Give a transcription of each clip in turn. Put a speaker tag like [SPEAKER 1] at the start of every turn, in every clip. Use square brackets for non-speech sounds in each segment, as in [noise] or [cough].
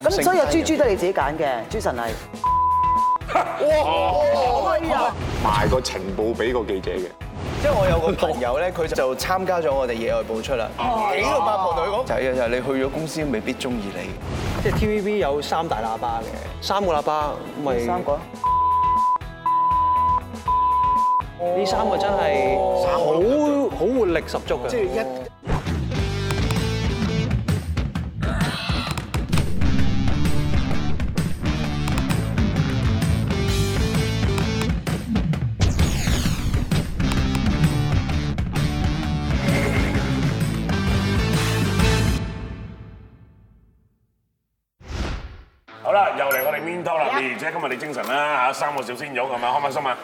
[SPEAKER 1] 咁所以阿豬豬都係你自己揀嘅，豬神係。
[SPEAKER 2] 賣個情報俾個記者嘅。
[SPEAKER 3] 即係我有個朋友咧，佢就參加咗我哋野外播出啦。幾個八婆同佢講，就係就係你去咗公司未必中意你。
[SPEAKER 4] 即係 TVB 有三大喇叭嘅，三個喇叭咪
[SPEAKER 1] 三個。
[SPEAKER 4] 呢三個真係好好活力十足嘅。即係一
[SPEAKER 5] 好啦，又嚟我哋 Mean
[SPEAKER 1] 啊
[SPEAKER 5] Talk 啦，而且今日你精神啦嚇，三個小鮮肉係咪？開唔開心啊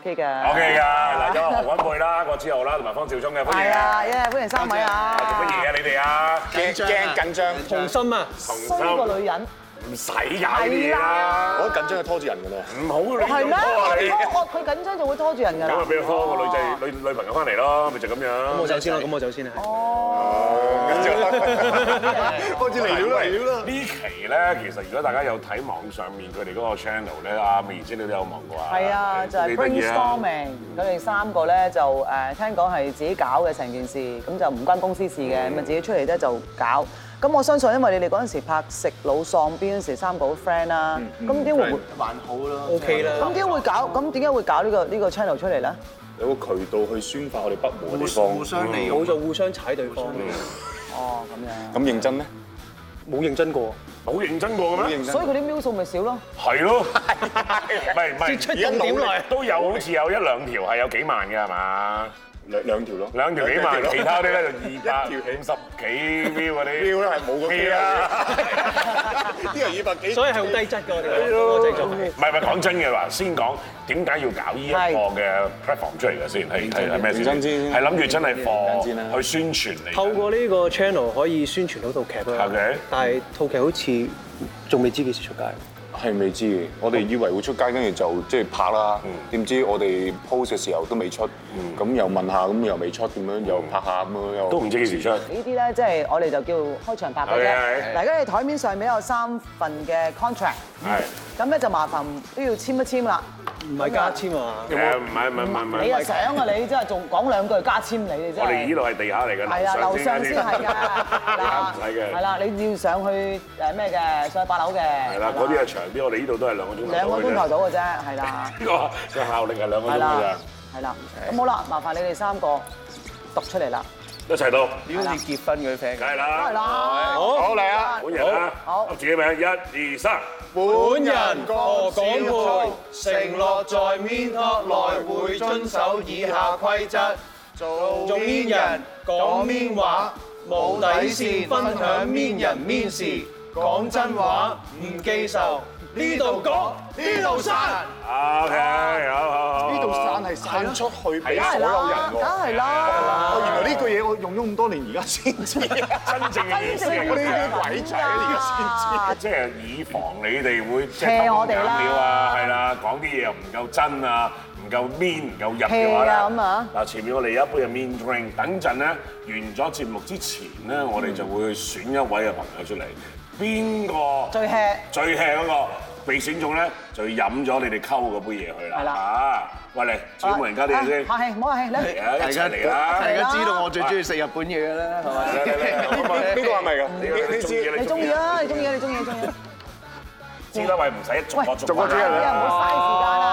[SPEAKER 1] OK 嘅。
[SPEAKER 5] ？OK 㗎，嗱有何君貝啦、郭子豪啦，同埋方少聰嘅，歡迎
[SPEAKER 1] 係
[SPEAKER 5] 啊！
[SPEAKER 1] 啊，耶！歡迎三位啊。
[SPEAKER 5] 做乜嘢啊？你哋啊，
[SPEAKER 2] 驚驚緊張，
[SPEAKER 4] 紅心啊！
[SPEAKER 5] 同心
[SPEAKER 1] 衰個女人。
[SPEAKER 5] 唔使有呢啲嘢啦，
[SPEAKER 2] 我緊張係拖住人㗎啦。
[SPEAKER 5] 唔好你
[SPEAKER 1] 係咩？
[SPEAKER 5] 拖你，
[SPEAKER 1] 我我佢緊張就會拖住人㗎啦。
[SPEAKER 5] 咁啊咪俾佢拖個女仔女女朋友翻嚟咯，咪就咁啊
[SPEAKER 4] 咁我
[SPEAKER 5] 樣。
[SPEAKER 4] 走先啦，咁我哦走先啦。
[SPEAKER 2] [laughs] 開始嗯嚟料啦，嚟料啦。
[SPEAKER 5] 呢期咧，其實如果大家有睇網上面佢哋嗰個 channel 咧，阿美知你都有望過啊。
[SPEAKER 1] 係啊，就係
[SPEAKER 5] 你得意啊
[SPEAKER 1] brainstorming，佢哋三個咧就誒聽講係自己搞嘅成件事，咁就唔關公司事嘅，咁啊自己出嚟咧就搞。咁我相信，因為你哋嗰陣時拍《食老喪邊》嗰陣時，三個好 friend 啦，咁點會
[SPEAKER 3] 還好啦
[SPEAKER 4] OK 啦
[SPEAKER 1] 咁點會搞？咁點解會搞呢個呢個 channel 出嚟咧？
[SPEAKER 2] 有個渠道去宣發我哋不滿嘅地方。
[SPEAKER 3] 互相利用
[SPEAKER 4] 冇。就互相踩對方，
[SPEAKER 1] 哦，咁
[SPEAKER 2] 咁認真咩？
[SPEAKER 4] 冇認真過。
[SPEAKER 5] 好認真過嘅咩？
[SPEAKER 2] 認
[SPEAKER 1] 樣，所以佢啲秒數咪少咯。
[SPEAKER 5] 係咯，唔係唔係，
[SPEAKER 4] 出更點來
[SPEAKER 5] 都有好似有一兩條係有幾萬嘅係嘛？
[SPEAKER 2] 兩兩條咯。
[SPEAKER 5] 兩條幾萬，其他啲咧就
[SPEAKER 2] [laughs]
[SPEAKER 5] 二百
[SPEAKER 2] 一條起
[SPEAKER 5] 五十幾秒嗰啲。
[SPEAKER 2] 條啦，係冇個
[SPEAKER 5] 係啊！
[SPEAKER 2] [laughs] 呢個二百幾。
[SPEAKER 4] 所以係好低質嘅，我哋嗰個製作係。
[SPEAKER 5] 唔係唔係，講真嘅話，先講點解要搞呢一個嘅 platform 出嚟嘅先，係係係咩先？
[SPEAKER 2] 認真先
[SPEAKER 5] 係諗住真係
[SPEAKER 2] 認真先啦
[SPEAKER 5] 放去宣傳嚟嘅。
[SPEAKER 4] 透過呢個 channel 可以宣傳到套劇啦。
[SPEAKER 5] OK
[SPEAKER 4] 但係套劇好似仲未知幾時出街。
[SPEAKER 2] 係未知嘅，我哋以為會出街，跟住就即係拍啦。點知我哋 post 嘅時候都未出，咁又問下，咁又未出，咁樣又拍下咁樣又。
[SPEAKER 5] 都唔知幾時出。
[SPEAKER 1] 呢啲咧，即係我哋就叫開場白嘅啫。
[SPEAKER 5] 係係
[SPEAKER 1] 嗱，而家你台面上面有三份嘅 contract，
[SPEAKER 5] 係
[SPEAKER 1] 咁咧就麻煩都要簽一簽啦。
[SPEAKER 4] 唔係加簽啊嘛，
[SPEAKER 5] 誒唔係唔係唔係唔
[SPEAKER 1] 你啊
[SPEAKER 5] 係，
[SPEAKER 1] 想啊你，真係仲講兩句加簽你，你真
[SPEAKER 5] 我哋呢
[SPEAKER 1] 係。
[SPEAKER 5] 度係地下嚟嘅，
[SPEAKER 1] 係啊，樓
[SPEAKER 5] 樓上
[SPEAKER 1] 上
[SPEAKER 5] [laughs]
[SPEAKER 1] 先係㗎，啊
[SPEAKER 5] 嗱
[SPEAKER 1] 嗱
[SPEAKER 5] 唔使嘅。
[SPEAKER 1] 係啦，你要上去誒咩嘅，上去八樓嘅，
[SPEAKER 5] 係啦，嗰啲係長啲，我哋呢度都係兩個鐘頭。
[SPEAKER 1] 兩個鐘頭到嘅啫，係啦，
[SPEAKER 5] 呢個嘅效力係兩個鐘
[SPEAKER 1] 係
[SPEAKER 5] 㗎
[SPEAKER 1] 啦
[SPEAKER 5] 咋，，
[SPEAKER 1] 係啦，咁好啦，麻煩你哋三個讀出嚟啦，
[SPEAKER 5] 一齊到，
[SPEAKER 3] 你好似結婚嗰啲 friend
[SPEAKER 5] 梗
[SPEAKER 3] 咁。
[SPEAKER 5] 係
[SPEAKER 1] 都係
[SPEAKER 5] 啦，
[SPEAKER 1] 啦，
[SPEAKER 2] 好嚟啊！
[SPEAKER 5] 本人啦，
[SPEAKER 1] 好
[SPEAKER 5] 噏自己名，一二三，
[SPEAKER 2] 本
[SPEAKER 3] 何廣沛承諾在 Mean Talk 內會遵守以下規則：做 Mean 人講 Mean 話，無底線分享 Mean 人 Mean 事，講真話唔記仇。呢度講，呢度散。
[SPEAKER 5] OK，好好好，
[SPEAKER 6] 呢度散係散出去俾
[SPEAKER 1] 梗
[SPEAKER 6] 所
[SPEAKER 1] 係
[SPEAKER 6] 有人
[SPEAKER 1] 啦，梗
[SPEAKER 6] 喎。
[SPEAKER 1] 係
[SPEAKER 5] [laughs]
[SPEAKER 1] 啦，
[SPEAKER 6] 我原來呢句嘢我用咗咁多年，而家先知。
[SPEAKER 5] 真正嘅意思係咁樣。
[SPEAKER 6] 鬼仔而
[SPEAKER 5] 即係以防你哋會即
[SPEAKER 1] 騎我哋啦
[SPEAKER 5] 料啊，係啦，講啲嘢又唔夠真啊，唔夠 mean，唔夠入嘅
[SPEAKER 1] 騎
[SPEAKER 5] 話咧，
[SPEAKER 1] 啊咁啊
[SPEAKER 5] 嗱前面我哋有一杯嘅 mean drink，等陣咧完咗節目之前咧，我哋就會選一位嘅朋友出嚟，邊個
[SPEAKER 1] 最 hea
[SPEAKER 5] 最 hea 嗰個被選中咧，就飲咗你哋溝嗰杯嘢去啦。
[SPEAKER 1] 係啦
[SPEAKER 5] 啊，喂嚟，轉換人家啲嘢先，
[SPEAKER 1] 客氣，唔好客氣，你
[SPEAKER 5] 嚟啊一齊嚟啦！
[SPEAKER 3] 大家知道我最中意食日本嘢㗎啦，係
[SPEAKER 5] 嚟嚟嚟
[SPEAKER 3] 咪？
[SPEAKER 5] 嚟我
[SPEAKER 2] 呢
[SPEAKER 5] 問
[SPEAKER 2] 個係咪㗎？呢呢支
[SPEAKER 1] 你中意啊，你中意啊，你中意，你中意，
[SPEAKER 5] 知啦，喂，唔使逐個
[SPEAKER 1] 喂
[SPEAKER 2] 逐
[SPEAKER 5] 逐個
[SPEAKER 2] 個
[SPEAKER 1] 你啊，唔好嘥時間啦。
[SPEAKER 4] 啊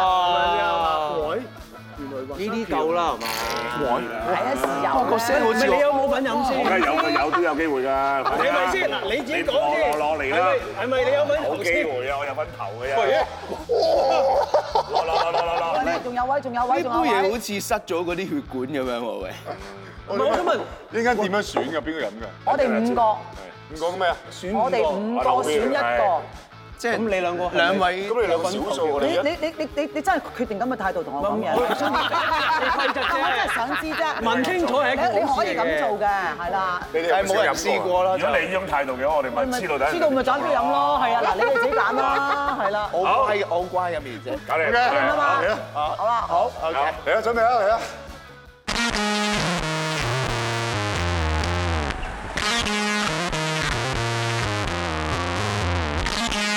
[SPEAKER 4] 呢啲夠啦係嘛？
[SPEAKER 1] 係啊，時候
[SPEAKER 3] 個聲好
[SPEAKER 4] 唔
[SPEAKER 3] 似
[SPEAKER 4] 係你
[SPEAKER 3] 我
[SPEAKER 4] 有冇品飲先？
[SPEAKER 5] 梗係有嘅，有都有機會㗎。
[SPEAKER 4] 係咪先？嗱，你自己講先。
[SPEAKER 5] 攞攞嚟啦！
[SPEAKER 4] 係咪係咪你有品
[SPEAKER 5] 冇
[SPEAKER 4] 頭
[SPEAKER 5] 機
[SPEAKER 4] 先？
[SPEAKER 5] 會啊，我有揾頭嘅啫。攞攞攞攞攞攞！
[SPEAKER 1] 仲有位，仲有
[SPEAKER 3] 呢
[SPEAKER 1] 位，
[SPEAKER 3] 杯
[SPEAKER 1] 仲有
[SPEAKER 3] 嘢
[SPEAKER 1] 位
[SPEAKER 3] 好。似塞咗嗰啲血管咁樣喎，喂！
[SPEAKER 4] 唔係我想問，
[SPEAKER 2] 呢間點樣選㗎？邊個飲㗎？
[SPEAKER 1] 我哋五個，
[SPEAKER 2] 唔講咩啊？
[SPEAKER 1] 我哋五個選一個。
[SPEAKER 3] 即係
[SPEAKER 4] 咁你兩個係咪
[SPEAKER 3] 兩位
[SPEAKER 2] 咁你
[SPEAKER 7] Dạ,
[SPEAKER 2] 兩個少數我
[SPEAKER 1] 你
[SPEAKER 2] 哋一
[SPEAKER 1] 你你你你你真係決定咁嘅態度同我講嘢，
[SPEAKER 4] 我想問
[SPEAKER 1] [laughs]
[SPEAKER 4] 你規則
[SPEAKER 1] 我真係
[SPEAKER 4] 啫。
[SPEAKER 1] 想知啫。
[SPEAKER 4] 問清楚係一個好
[SPEAKER 1] 你你可
[SPEAKER 4] 事
[SPEAKER 1] 以
[SPEAKER 4] 嚟嘅
[SPEAKER 1] 咁做嘅，係啦。
[SPEAKER 2] 你哋
[SPEAKER 3] 係
[SPEAKER 2] 有
[SPEAKER 3] 冇人
[SPEAKER 2] 有
[SPEAKER 3] 試過啦。
[SPEAKER 5] 如果你呢種態度嘅話，我哋咪知道等。
[SPEAKER 1] 知道咪揀俾飲咯，係啊，嗱，你哋自己揀啦，係啦。
[SPEAKER 3] 我好乖嘅，我好乖嘅面啫。
[SPEAKER 5] 搞你
[SPEAKER 1] 啊嘛，好啦，好。
[SPEAKER 2] 嚟啦，準備啦，嚟啦！
[SPEAKER 5] Hãy subscribe cho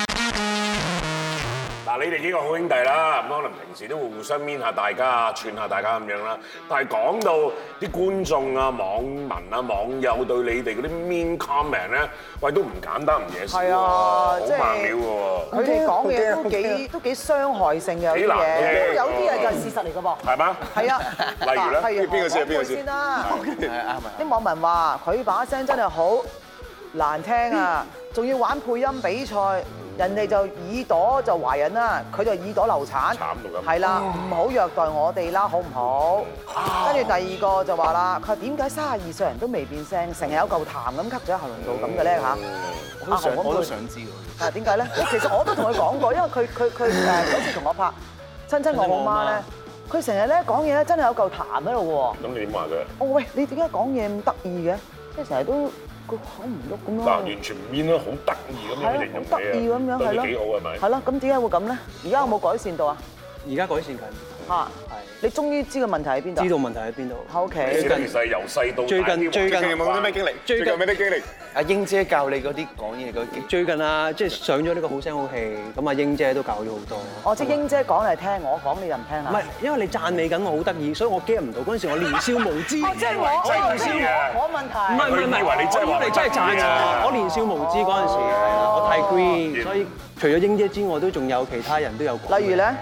[SPEAKER 5] kênh Ghiền Mì Gõ Để không bỏ lỡ 你哋幾個好兄弟啦，咁可能平時都會互相搣下大家啊，串下大家咁樣啦。但係講到啲觀眾啊、網民啊、網友對你哋嗰啲 mean comment 咧，喂都唔簡單唔嘢少喎，
[SPEAKER 1] 係啊
[SPEAKER 5] 好
[SPEAKER 1] 即係
[SPEAKER 5] 猛料喎，
[SPEAKER 1] 佢哋講嘅嘢都幾都幾傷害性嘅，有
[SPEAKER 5] 幾
[SPEAKER 1] 啲
[SPEAKER 5] 難
[SPEAKER 1] 嘢，
[SPEAKER 5] 聽
[SPEAKER 1] 有啲嘢就係事實嚟嘅噃。
[SPEAKER 5] 係嘛？
[SPEAKER 1] 係啊，
[SPEAKER 5] [laughs] 例如咧
[SPEAKER 1] 嗱係啊
[SPEAKER 2] 邊個先啊邊個先
[SPEAKER 1] 我講佢先啦？啊啲網民話佢把聲真係好難聽啊，仲要玩配音比賽，人哋就耳朵就懷孕啦，佢就耳朵流產，
[SPEAKER 5] 到咁
[SPEAKER 1] 係啦，唔好虐待我哋啦，好唔好？跟住第二個就話啦，佢話點解三十二歲人都未變聲，成日有嚿痰咁吸咗喺喉嚨度咁嘅咧嚇？阿
[SPEAKER 6] 想
[SPEAKER 1] 紅
[SPEAKER 6] 我都
[SPEAKER 1] 佢
[SPEAKER 6] 想知喎。
[SPEAKER 1] 啊點解咧？其實我都同佢講過，因為佢佢佢誒嗰次同我拍親親我好媽咧，佢成日咧講嘢咧真係有嚿痰喺度喎。
[SPEAKER 5] 咁你點話佢？
[SPEAKER 1] 我話喂，你點解講嘢咁得意嘅？即係成日都個口唔喐咁
[SPEAKER 5] 嗱，
[SPEAKER 1] 咯。
[SPEAKER 5] 完全唔 mean 啦，好得意咁
[SPEAKER 1] 哦係
[SPEAKER 5] 樣
[SPEAKER 1] 咯
[SPEAKER 5] 形容，
[SPEAKER 1] 好得意咁
[SPEAKER 5] 你
[SPEAKER 1] 樣
[SPEAKER 5] 啊，
[SPEAKER 1] 係
[SPEAKER 5] 對
[SPEAKER 1] 咯。
[SPEAKER 5] 你幾好係咪？
[SPEAKER 1] 係咯，咁點解會咁咧？而家有冇改善到啊？
[SPEAKER 4] 而家改善緊，
[SPEAKER 1] 嚇，你終於知個問題喺邊度？啊
[SPEAKER 4] 知道問題喺邊度。
[SPEAKER 1] 喺屋
[SPEAKER 5] 你
[SPEAKER 1] 企。
[SPEAKER 5] 其實由細到大
[SPEAKER 4] 最近最近
[SPEAKER 2] 最近有冇啲咩經歷？最
[SPEAKER 4] 最近
[SPEAKER 2] 近有咩啲經歷？
[SPEAKER 7] 阿英姐教你嗰啲講嘢嗰啲，
[SPEAKER 4] 最近啊，即係上咗呢個好聲好氣，咁啊英姐都教咗好多。
[SPEAKER 1] 我知哦英姐講你聽，我講你就唔聽啊
[SPEAKER 4] 唔
[SPEAKER 1] 啦
[SPEAKER 4] 係。，因為你讚美緊我好得意，所以我 get 唔到嗰陣時，我年少無知。
[SPEAKER 1] 哦，即係我
[SPEAKER 5] 真係
[SPEAKER 1] 我
[SPEAKER 5] 唔知嘅
[SPEAKER 1] 我問
[SPEAKER 4] 唔係
[SPEAKER 1] 題。
[SPEAKER 4] 唔係唔係，
[SPEAKER 5] 佢以為你真係話
[SPEAKER 4] 我以為你真係讚我，我年少無知嗰陣時，係啊我太 green，所以除咗英姐之外，都仲有其他人都有講。
[SPEAKER 1] 例如咧，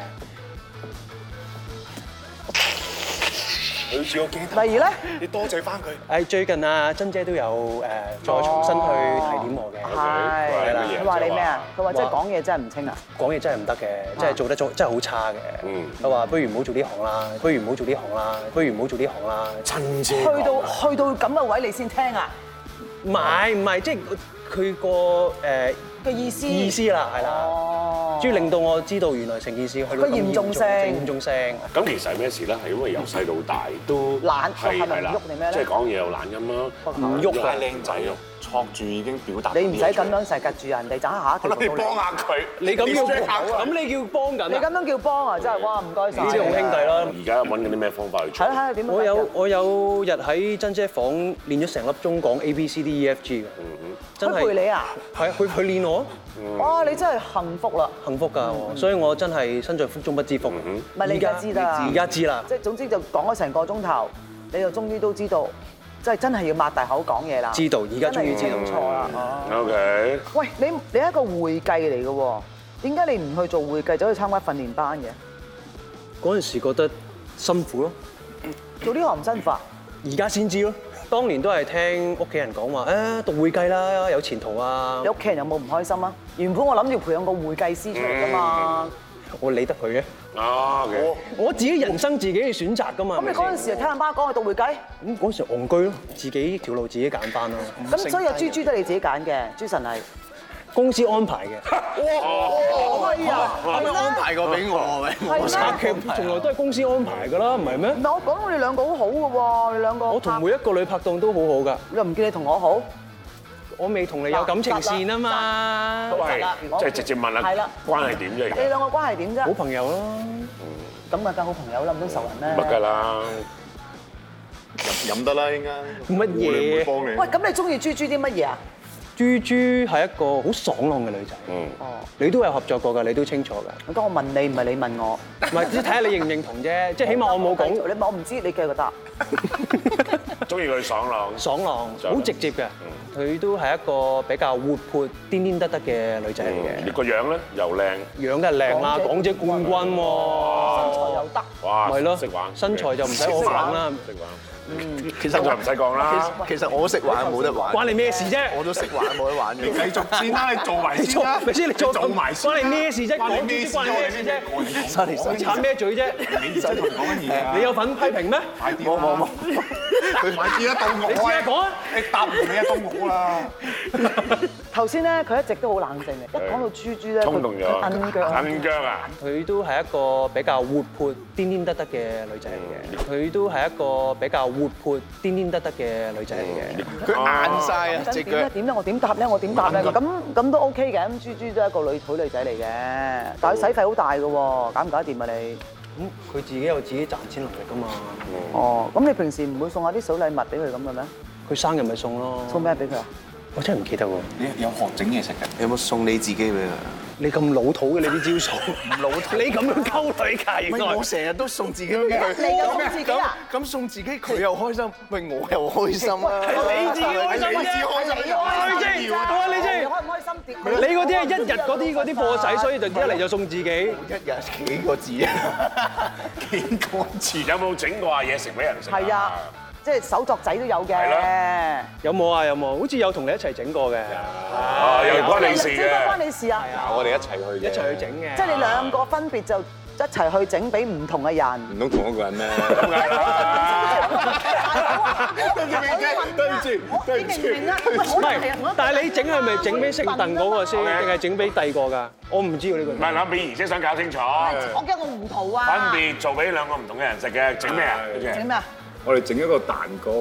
[SPEAKER 2] 好似我記得，
[SPEAKER 1] 例如咧。
[SPEAKER 2] 你多謝翻佢。
[SPEAKER 4] 誒最近啊，珍姐都有誒再重新去提點我嘅。
[SPEAKER 1] 啊係啦，佢話你咩啊？佢話即係講嘢真係唔清啊！
[SPEAKER 4] 講嘢真係唔得
[SPEAKER 1] 啊
[SPEAKER 4] 嘅，真係做得做真係好差嘅。佢話不如唔好做呢行啦，不如唔好做呢行啦，不如唔好做呢行啦。
[SPEAKER 5] 親姐
[SPEAKER 1] 去到去到咁嘅位你先聽啊
[SPEAKER 4] 唔係唔係，即係佢個誒
[SPEAKER 1] 嘅意思。
[SPEAKER 4] 意思啦，係啦。
[SPEAKER 1] 哦。
[SPEAKER 4] 終於令到我知道原來成件事去到
[SPEAKER 1] 佢嚴重性
[SPEAKER 4] 嚴重性。
[SPEAKER 5] 咁其實係咩事咧？係因為由細到大都
[SPEAKER 1] 懶
[SPEAKER 5] 係
[SPEAKER 1] 係咪
[SPEAKER 5] 係啦
[SPEAKER 1] 唔喐定咩咧
[SPEAKER 5] 即係講嘢又懶音啦，
[SPEAKER 4] 唔喐啊
[SPEAKER 5] 又係靚仔咯。
[SPEAKER 2] 戳住已經表達。
[SPEAKER 1] 你唔使咁。樣成日及住人哋，斬下一條
[SPEAKER 2] 你
[SPEAKER 1] 路到
[SPEAKER 2] 幫啊下佢。
[SPEAKER 4] 你咁叫
[SPEAKER 2] 即刻
[SPEAKER 4] 咁你叫幫緊
[SPEAKER 1] 你
[SPEAKER 4] 啊！
[SPEAKER 1] 咁樣叫幫啊，真係哇唔該晒。
[SPEAKER 4] 你知好兄弟。啦。
[SPEAKER 5] 而家揾緊啲咩方法去
[SPEAKER 1] 係
[SPEAKER 5] 做
[SPEAKER 1] 啦，睇？下點樣。
[SPEAKER 4] 我有我有日喺珍姐房練咗成粒鐘講 A B C D E F G 嘅，真
[SPEAKER 1] 佢陪你啊！
[SPEAKER 4] 係佢佢練我，
[SPEAKER 1] 哇，你真係幸福啦！
[SPEAKER 4] 幸福㗎我，所以我真係身在福中不知福。唔
[SPEAKER 1] 咪你而家知得啦
[SPEAKER 4] 而家知啦，
[SPEAKER 1] 即係總之就講咗成個鐘頭，你就終於都知道，即係真係要擘大口講嘢啦。
[SPEAKER 4] 知道而家終於知
[SPEAKER 1] 真
[SPEAKER 4] 道
[SPEAKER 1] 係唔錯啦。哦
[SPEAKER 5] O K，
[SPEAKER 1] 喂，你你係一個會計嚟嘅喎，點解你唔去做會計，走去參加訓練班嘅？
[SPEAKER 4] 嗰陣時覺得辛苦咯，
[SPEAKER 1] 做呢行唔辛苦啊？
[SPEAKER 4] 而家先知咯。當年都係聽屋企人講話，誒讀會計啦，有前途啊
[SPEAKER 1] 你，屋企人有冇唔開心啊？原本我諗住培養個會計師出嚟㗎嘛，
[SPEAKER 4] 我理得佢嘅。
[SPEAKER 5] 啊 O K，
[SPEAKER 4] 我自己人生自己去選擇㗎嘛。
[SPEAKER 1] 咁你嗰陣時就聽阿媽講去讀會計，
[SPEAKER 4] 咁嗰陣時戇居咯，自己條路自己揀翻咯，
[SPEAKER 1] 咁所以阿豬豬都係你自己揀嘅，豬神係。
[SPEAKER 4] 公司安排嘅。
[SPEAKER 1] 係啊，
[SPEAKER 7] 可唔可以安排過俾我？喂
[SPEAKER 1] 係
[SPEAKER 4] 拆
[SPEAKER 1] 咩？
[SPEAKER 4] 劇從來都係公司安排㗎啦，唔係咩
[SPEAKER 1] 唔？係我講到你兩個好好嘅喎，你兩個
[SPEAKER 4] 我同每一個女拍檔都好好㗎，
[SPEAKER 1] 又唔見你同我好，
[SPEAKER 4] 我未同你有感情線啊嘛
[SPEAKER 5] 都，係即係直接問
[SPEAKER 1] 係啦
[SPEAKER 5] 下關係點啫？
[SPEAKER 1] 你
[SPEAKER 5] 而家
[SPEAKER 1] 兩個關係點啫
[SPEAKER 4] 好？朋友咯。
[SPEAKER 1] 咁咪梗好朋友啦，唔通仇人
[SPEAKER 5] 乜㗎
[SPEAKER 1] 咩？
[SPEAKER 5] 啦？
[SPEAKER 2] 飲得啦，應該。
[SPEAKER 4] 乜
[SPEAKER 2] 我哋唔會
[SPEAKER 4] 嘢？
[SPEAKER 2] 幫你。
[SPEAKER 1] 喂，咁你中意豬豬啲乜嘢啊？
[SPEAKER 4] 豬豬係一個好爽朗嘅女仔，
[SPEAKER 5] 嗯
[SPEAKER 4] 哦你都有合作過㗎，你都清楚
[SPEAKER 5] [laughs]
[SPEAKER 4] 㗎。
[SPEAKER 1] 咁我問你，唔係你問我。
[SPEAKER 4] 唔係，只睇下你認唔認同啫，即係起碼我冇講
[SPEAKER 1] 你我唔知，你繼續答。
[SPEAKER 5] 中意佢爽嗯朗，
[SPEAKER 4] 爽朗，好直接嘅。佢都係一個比較活潑、癲癲得得嘅女仔嚟
[SPEAKER 5] 嗯
[SPEAKER 4] 嘅，
[SPEAKER 5] 個樣咧又靚，
[SPEAKER 4] 樣得靚啦，港姐冠軍喎，
[SPEAKER 1] 我又得，
[SPEAKER 5] 哇！
[SPEAKER 4] 咪咯
[SPEAKER 5] 識玩，
[SPEAKER 4] 身材就唔使我講啦，
[SPEAKER 5] 識玩，
[SPEAKER 7] 其
[SPEAKER 5] 身材唔使講啦。
[SPEAKER 7] 其實我識玩冇得玩，
[SPEAKER 4] 關你咩事啫？
[SPEAKER 7] 我都識玩冇得玩
[SPEAKER 2] 你繼
[SPEAKER 7] 嘅。
[SPEAKER 2] 續先啦，你做埋
[SPEAKER 4] 你
[SPEAKER 2] 先
[SPEAKER 4] 做
[SPEAKER 2] 啦。
[SPEAKER 4] 咪先？你做
[SPEAKER 2] 做埋先啦
[SPEAKER 4] 關你咩事啫？
[SPEAKER 2] 關
[SPEAKER 4] 講
[SPEAKER 2] 你咩
[SPEAKER 4] 啲
[SPEAKER 2] 事
[SPEAKER 4] 關你咩事啫？
[SPEAKER 7] sorry sorry，
[SPEAKER 4] 插咩嘴啫？
[SPEAKER 2] 你真係同講緊嘢啊！
[SPEAKER 4] 你有份批評咩？
[SPEAKER 2] 快啲冇冇冇，佢快啲啦，到
[SPEAKER 4] 你試
[SPEAKER 2] 我
[SPEAKER 4] 下
[SPEAKER 2] 啊！
[SPEAKER 4] 講啊！
[SPEAKER 2] 你答唔你啊，到我啦！
[SPEAKER 1] 頭先咧，佢一直都好冷靜嘅，一講到豬豬咧，
[SPEAKER 5] 衝動咗，
[SPEAKER 1] 摁腳。
[SPEAKER 5] 摁腳啊！
[SPEAKER 4] 佢都係一個比較活潑、癲癲得得嘅女仔嚟嘅。佢都係一個比較活潑、癲癲得得嘅女仔嚟嘅。
[SPEAKER 7] [laughs] 佢硬晒啊
[SPEAKER 1] 咁
[SPEAKER 7] 隻
[SPEAKER 1] 點咧？
[SPEAKER 7] 腳。嗯
[SPEAKER 1] 點咧？我點答咧？我點答咧？咁咁都 OK 嘅。咁豬豬都係一個女好女仔嚟嘅，但係佢使費好大嘅喎，搞唔搞得掂啊你？
[SPEAKER 4] 咁佢自己有自己賺錢能力㗎嘛。
[SPEAKER 1] 哦，咁你平時唔會送下啲小禮物俾佢咁嘅咩？
[SPEAKER 4] 佢生日咪送咯。
[SPEAKER 1] 送咩俾佢啊？
[SPEAKER 4] 我真係唔記得喎。
[SPEAKER 2] 你有學整嘢食嘅？
[SPEAKER 7] 有冇送你自己俾佢？
[SPEAKER 4] 你咁老土嘅你啲招數，老土，你咁樣溝女㗎，原
[SPEAKER 7] 喂，
[SPEAKER 4] 來
[SPEAKER 7] 我成日都送自己俾佢，
[SPEAKER 1] 你又送自己啊
[SPEAKER 7] 咁咁送自己佢又開心，喂我又開心啊！
[SPEAKER 4] 係你自己開心
[SPEAKER 7] 係你自己開心
[SPEAKER 4] 我話你知，我話你知。
[SPEAKER 1] 開唔開心啲？
[SPEAKER 4] 你嗰啲係
[SPEAKER 1] 啊
[SPEAKER 4] 一日嗰啲嗰啲貨仔，所以就一嚟就送自己。
[SPEAKER 7] 一日幾個字啊？幾個字？
[SPEAKER 5] 有冇整過下嘢食俾人食？
[SPEAKER 1] 係啊，即係手作仔都有
[SPEAKER 5] 係
[SPEAKER 1] 嘅。
[SPEAKER 4] 有冇啊？有冇？好似有同你一齊整過嘅，
[SPEAKER 5] 啊，又關你事
[SPEAKER 1] 即係都關
[SPEAKER 5] 嘅。
[SPEAKER 1] 你事啊！
[SPEAKER 2] 我哋一齊去
[SPEAKER 4] 一
[SPEAKER 2] 嘅，
[SPEAKER 4] 齊去整嘅。
[SPEAKER 1] 即係你兩個分別就一齊去整俾唔同嘅人。
[SPEAKER 2] 唔通同一個人咩？
[SPEAKER 5] [laughs]
[SPEAKER 1] 對唔住，對唔住，對唔住。
[SPEAKER 4] 唔係，但係你整係咪整俾識鄧嗰個先，定係整俾第二個㗎？我唔知喎呢個
[SPEAKER 5] 唔。係，諗俾而姐想搞清楚，
[SPEAKER 1] 我驚我唔圖啊！
[SPEAKER 5] 分別做俾兩個唔同嘅人食嘅，整咩啊？好似係
[SPEAKER 1] 整咩啊？
[SPEAKER 2] 我哋整一個蛋糕，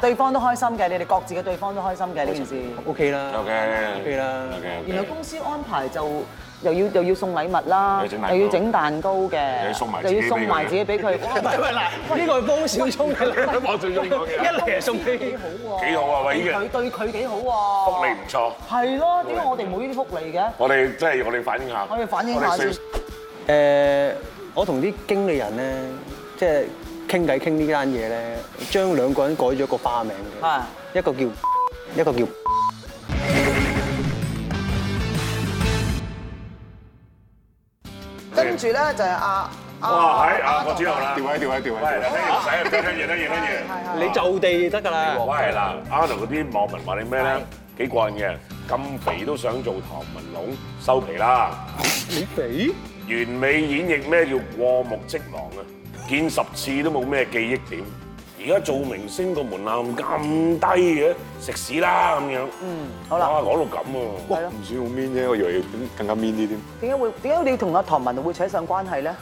[SPEAKER 1] 對方都開心嘅，你哋各自嘅對方都開心嘅呢件事。
[SPEAKER 4] O K 啦
[SPEAKER 5] OK
[SPEAKER 4] ，O K 啦。
[SPEAKER 5] OK，OK
[SPEAKER 1] 原來公司安排就又要又要送禮物啦
[SPEAKER 5] 又要整蛋，糕
[SPEAKER 1] 又要整蛋糕嘅
[SPEAKER 5] 又要送埋，
[SPEAKER 1] 又
[SPEAKER 5] 自
[SPEAKER 1] 要
[SPEAKER 5] 己
[SPEAKER 1] 送埋自己俾佢。
[SPEAKER 4] 唔係喂嗱，呢個係幫小聰嘅，
[SPEAKER 5] 我最中意講
[SPEAKER 4] 一嚟係送俾
[SPEAKER 1] 幾好喎！
[SPEAKER 5] 幾好啊喂呢個
[SPEAKER 1] 佢對佢幾好喎！
[SPEAKER 5] 你唔錯，
[SPEAKER 1] 係咯，點解我哋冇呢啲福利嘅？
[SPEAKER 5] 我哋真係我哋反應下，
[SPEAKER 1] 我哋反應下先。
[SPEAKER 4] 誒，我同啲經理人咧，即係傾偈傾呢單嘢咧，將兩個人改咗個花名
[SPEAKER 1] 係
[SPEAKER 4] 嘅，一個叫一個叫。
[SPEAKER 1] 跟住咧就係阿
[SPEAKER 5] 哇係啊，我知道啦。
[SPEAKER 2] 調位調位調
[SPEAKER 5] 喂，
[SPEAKER 2] 位調位。
[SPEAKER 5] 唔使啊，聽嘢，聽嘢，聽嘢。
[SPEAKER 4] 你就地得㗎啦。
[SPEAKER 5] 喂嗱，阿頭嗰啲網民話你咩咧？幾過癮嘅，咁肥都想做唐文龍，收皮啦！
[SPEAKER 4] 你俾
[SPEAKER 5] 完美演繹咩叫過目即忘啊！見十次都冇咩記憶點。而家做明星個門檻咁低嘅，食屎啦咁樣。嗯，
[SPEAKER 1] 好啦
[SPEAKER 5] 哇，講到咁喎，
[SPEAKER 2] 唔算好 mean 啫，我以為要更加 mean 啲添。
[SPEAKER 1] 點解會點解你同阿唐文會扯上關係咧？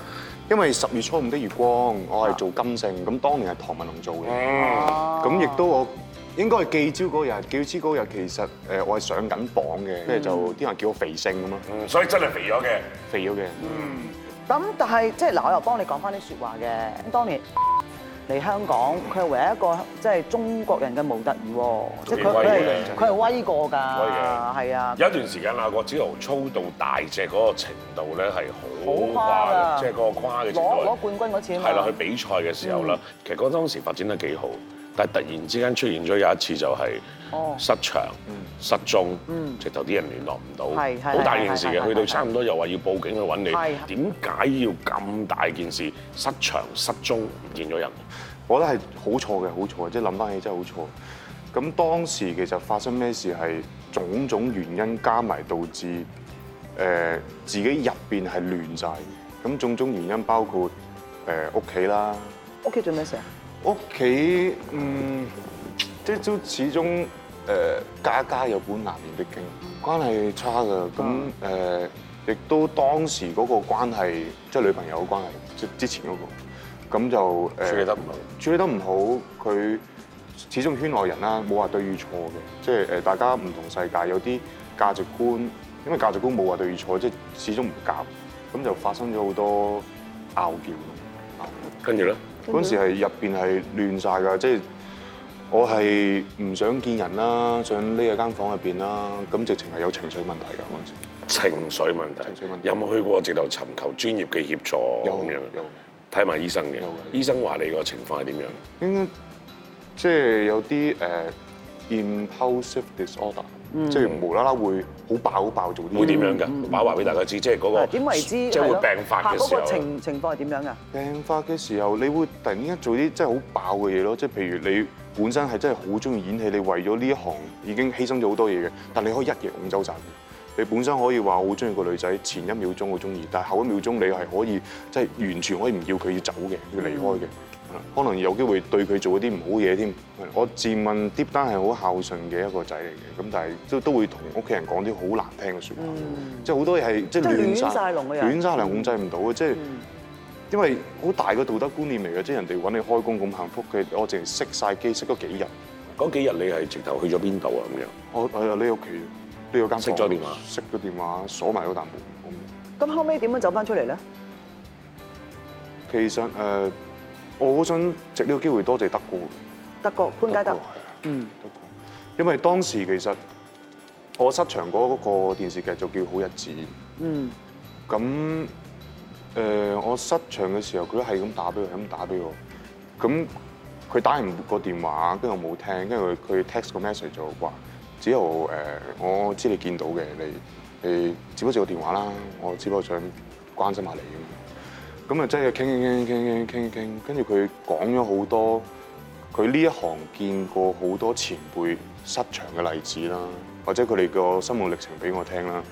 [SPEAKER 2] 因為十月初五的月光，我係做金聖，咁當年係唐文龍做嘅，咁亦都我應該係記招嗰日，記招嗰日其實誒我係上緊榜嘅，跟住就啲人叫我肥聖咁咯，啊
[SPEAKER 5] 嗯所以真係肥咗嘅。
[SPEAKER 2] 肥咗嘅。
[SPEAKER 1] 咁但係即係嗱，我又幫你講翻啲説話嘅。咁當年嚟香港，佢係唯一一個即係中國人嘅模特兒喎，即係佢佢
[SPEAKER 5] 威
[SPEAKER 1] 係
[SPEAKER 5] 嘅
[SPEAKER 1] 佢係威過㗎
[SPEAKER 5] 威嘅，
[SPEAKER 1] 係啊。
[SPEAKER 5] 有一段時間啊，郭子豪粗到大隻嗰個程度咧係
[SPEAKER 1] 好誇
[SPEAKER 5] 好誇
[SPEAKER 1] 啊
[SPEAKER 5] 嘅，即係個誇嘅程
[SPEAKER 1] 攞
[SPEAKER 5] 度。
[SPEAKER 1] 攞冠軍嗰次啊嘛
[SPEAKER 5] 係啦，去比賽嘅時候啦，
[SPEAKER 1] 嗯
[SPEAKER 5] 其實嗰當時發展得幾好，但係突然之間出現咗有一次就
[SPEAKER 1] 哦
[SPEAKER 5] 係失場、失蹤，直頭啲人聯絡唔到，
[SPEAKER 1] 嗯係係
[SPEAKER 5] 好大件事
[SPEAKER 1] 係係
[SPEAKER 5] 嘅。
[SPEAKER 1] 係
[SPEAKER 5] 去到差唔多又話要報警去揾你
[SPEAKER 1] 係，
[SPEAKER 5] 點解要咁大件事失場、失蹤唔見咗人？
[SPEAKER 2] 我覺得係好錯嘅，好錯嘅，即係諗翻起真係好錯。咁當時其實發生咩事係種種原因加埋導致誒、呃自己入邊係亂晒嘅。咁種種原因包括誒屋企啦，
[SPEAKER 1] 屋企做咩事啊？
[SPEAKER 2] 屋企嗯即係都始終誒、呃家家有本難念的經，關係差㗎。咁
[SPEAKER 5] 嗯
[SPEAKER 2] 誒亦都當時嗰個關係，即係女朋友嘅關係，即係之前嗰、個，咁就誒
[SPEAKER 5] 處理得唔好。
[SPEAKER 2] 處理得唔好，佢始終圈外人啦，冇話對與錯嘅，即係誒呃大家唔同世界，有啲價值觀，因為價值觀冇話對與錯，即係始終唔夾，咁就發生咗好多拗撬。
[SPEAKER 5] 跟住咧，
[SPEAKER 2] 嗰陣時係入邊係亂晒㗎，即係我係唔想見人啦，想匿喺間房入邊啦，咁直情係有情緒問題㗎嗰陣時。
[SPEAKER 5] 情緒問題
[SPEAKER 2] 情緒問題
[SPEAKER 5] 有冇去過直頭尋求專業嘅協助
[SPEAKER 2] 有
[SPEAKER 5] 咁樣
[SPEAKER 2] 有？
[SPEAKER 5] 睇埋醫生嘅
[SPEAKER 2] 有嘅，
[SPEAKER 5] 醫生話你個情況係點樣？
[SPEAKER 2] 應該即係有啲誒、impulsive disorder，、即係無啦啦會好爆好爆做啲嘢
[SPEAKER 5] 嗯會點樣㗎？話話俾大家知，即係嗰個
[SPEAKER 1] 嗱嗯點為之
[SPEAKER 5] 即係會病發
[SPEAKER 1] 嚇
[SPEAKER 5] 嘅時
[SPEAKER 1] 嗰個
[SPEAKER 5] 候。
[SPEAKER 1] 情情況係點樣㗎？
[SPEAKER 2] 病發嘅時候，你會突然間做啲真係好爆嘅嘢咯，即係譬如你本身係真係好中意演戲，你為咗呢一行已經犧牲咗好多嘢嘅，但你可以一夜拱走晒佢。你本身可以話我好中意個女仔，前一秒鐘好中意，但係後一秒鐘你係可以即係完全可以唔要佢要走嘅，要離開嘅。係啦可能有機會對佢做一啲唔好嘢添。係啦我自問 d 單係好孝順嘅一個仔嚟嘅，咁但係都都會同屋企人講啲好難聽嘅説話，即係好多嘢係即
[SPEAKER 1] 嗯
[SPEAKER 2] 係
[SPEAKER 1] 即係
[SPEAKER 2] 亂晒
[SPEAKER 1] 亂晒龍嘅人
[SPEAKER 2] 亂晒龍控制唔到嘅，即係。因為好大嘅道德觀念嚟嘅，即係人哋揾你開工咁幸福，佢我淨係熄晒機，熄咗幾日，
[SPEAKER 5] 嗰幾日你係直頭去咗邊度啊？咁樣
[SPEAKER 2] 我係啊匿喺屋企，匿咗間房
[SPEAKER 5] 熄咗電話
[SPEAKER 2] 熄咗電話，鎖埋嗰啖門。我唔
[SPEAKER 1] 咁後尾點樣走翻出嚟咧？
[SPEAKER 2] 其實誒、呃我好想藉呢個機會多謝德哥，
[SPEAKER 1] 德國潘嘉德
[SPEAKER 2] 嗯，德哥，因為當時其實我失場嗰個電視劇就叫《好日子》。嗯。咁誒、呃我失場嘅時候，佢都係咁打俾我，係咁打俾我。咁佢打完個電話，跟住我冇聽，跟住佢佢 text 個 message 就話：只有誒、呃我知你見到嘅，你你接一接個電話啦，我只不過想關心下你咁。咁啊，真係傾傾傾傾傾傾傾，跟住佢講咗好多。佢呢一行見過好多前輩失場嘅例子啦，或者佢哋個心路歷程俾我聽啦。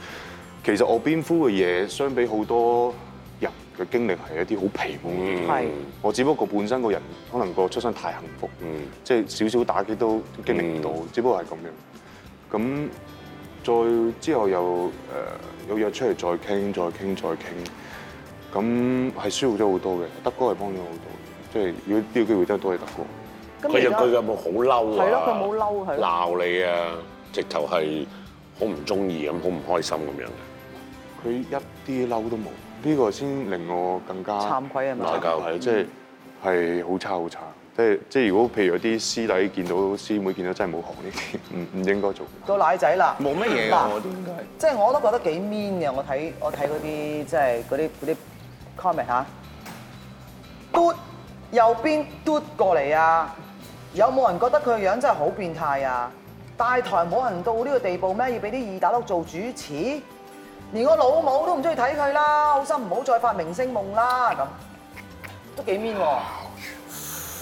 [SPEAKER 2] 其實我邊呼嘅嘢，相比好多人嘅經歷係一啲好皮毛嘅嘢。
[SPEAKER 1] 係
[SPEAKER 2] 我只不過本身個人可能個出身太幸福，即係少少打擊都經歷唔到，只不過係咁樣。咁再之後又誒、呃有約出嚟再傾，再傾，再傾。咁係舒服咗好多嘅，德哥係幫咗我好多。即係如果呢個機會真係多謝德哥。
[SPEAKER 1] 咁
[SPEAKER 5] 佢有
[SPEAKER 1] 而
[SPEAKER 5] 佢
[SPEAKER 1] 家
[SPEAKER 5] 有冇好嬲啊？
[SPEAKER 1] 係咯佢冇嬲係咯
[SPEAKER 5] 鬧你啊！直頭係好唔中意咁，好唔開心咁樣嘅。
[SPEAKER 2] 佢一啲嬲都冇，呢個先令我更加
[SPEAKER 1] 慚愧係咪
[SPEAKER 2] 內疚係即係係好差好差，即係即係如果譬如有啲師弟見到師妹見到真係冇行呢啲，唔唔應該做。
[SPEAKER 1] 到奶仔啦，
[SPEAKER 7] 冇乜嘢
[SPEAKER 1] 嗱
[SPEAKER 7] 㗎，我都應該係。
[SPEAKER 1] 即係我都覺得幾 mean 嘅，我睇我睇嗰啲即係嗰啲嗰啲 comment 嚇，嘟右邊嘟過嚟啊！有冇人覺得佢個樣真係好變態啊？大台冇人到呢個地步咩？要俾啲二打六做主持，連我老母都唔中意睇佢啦！好心唔好再發明星夢啦咁，都幾 mean 喎。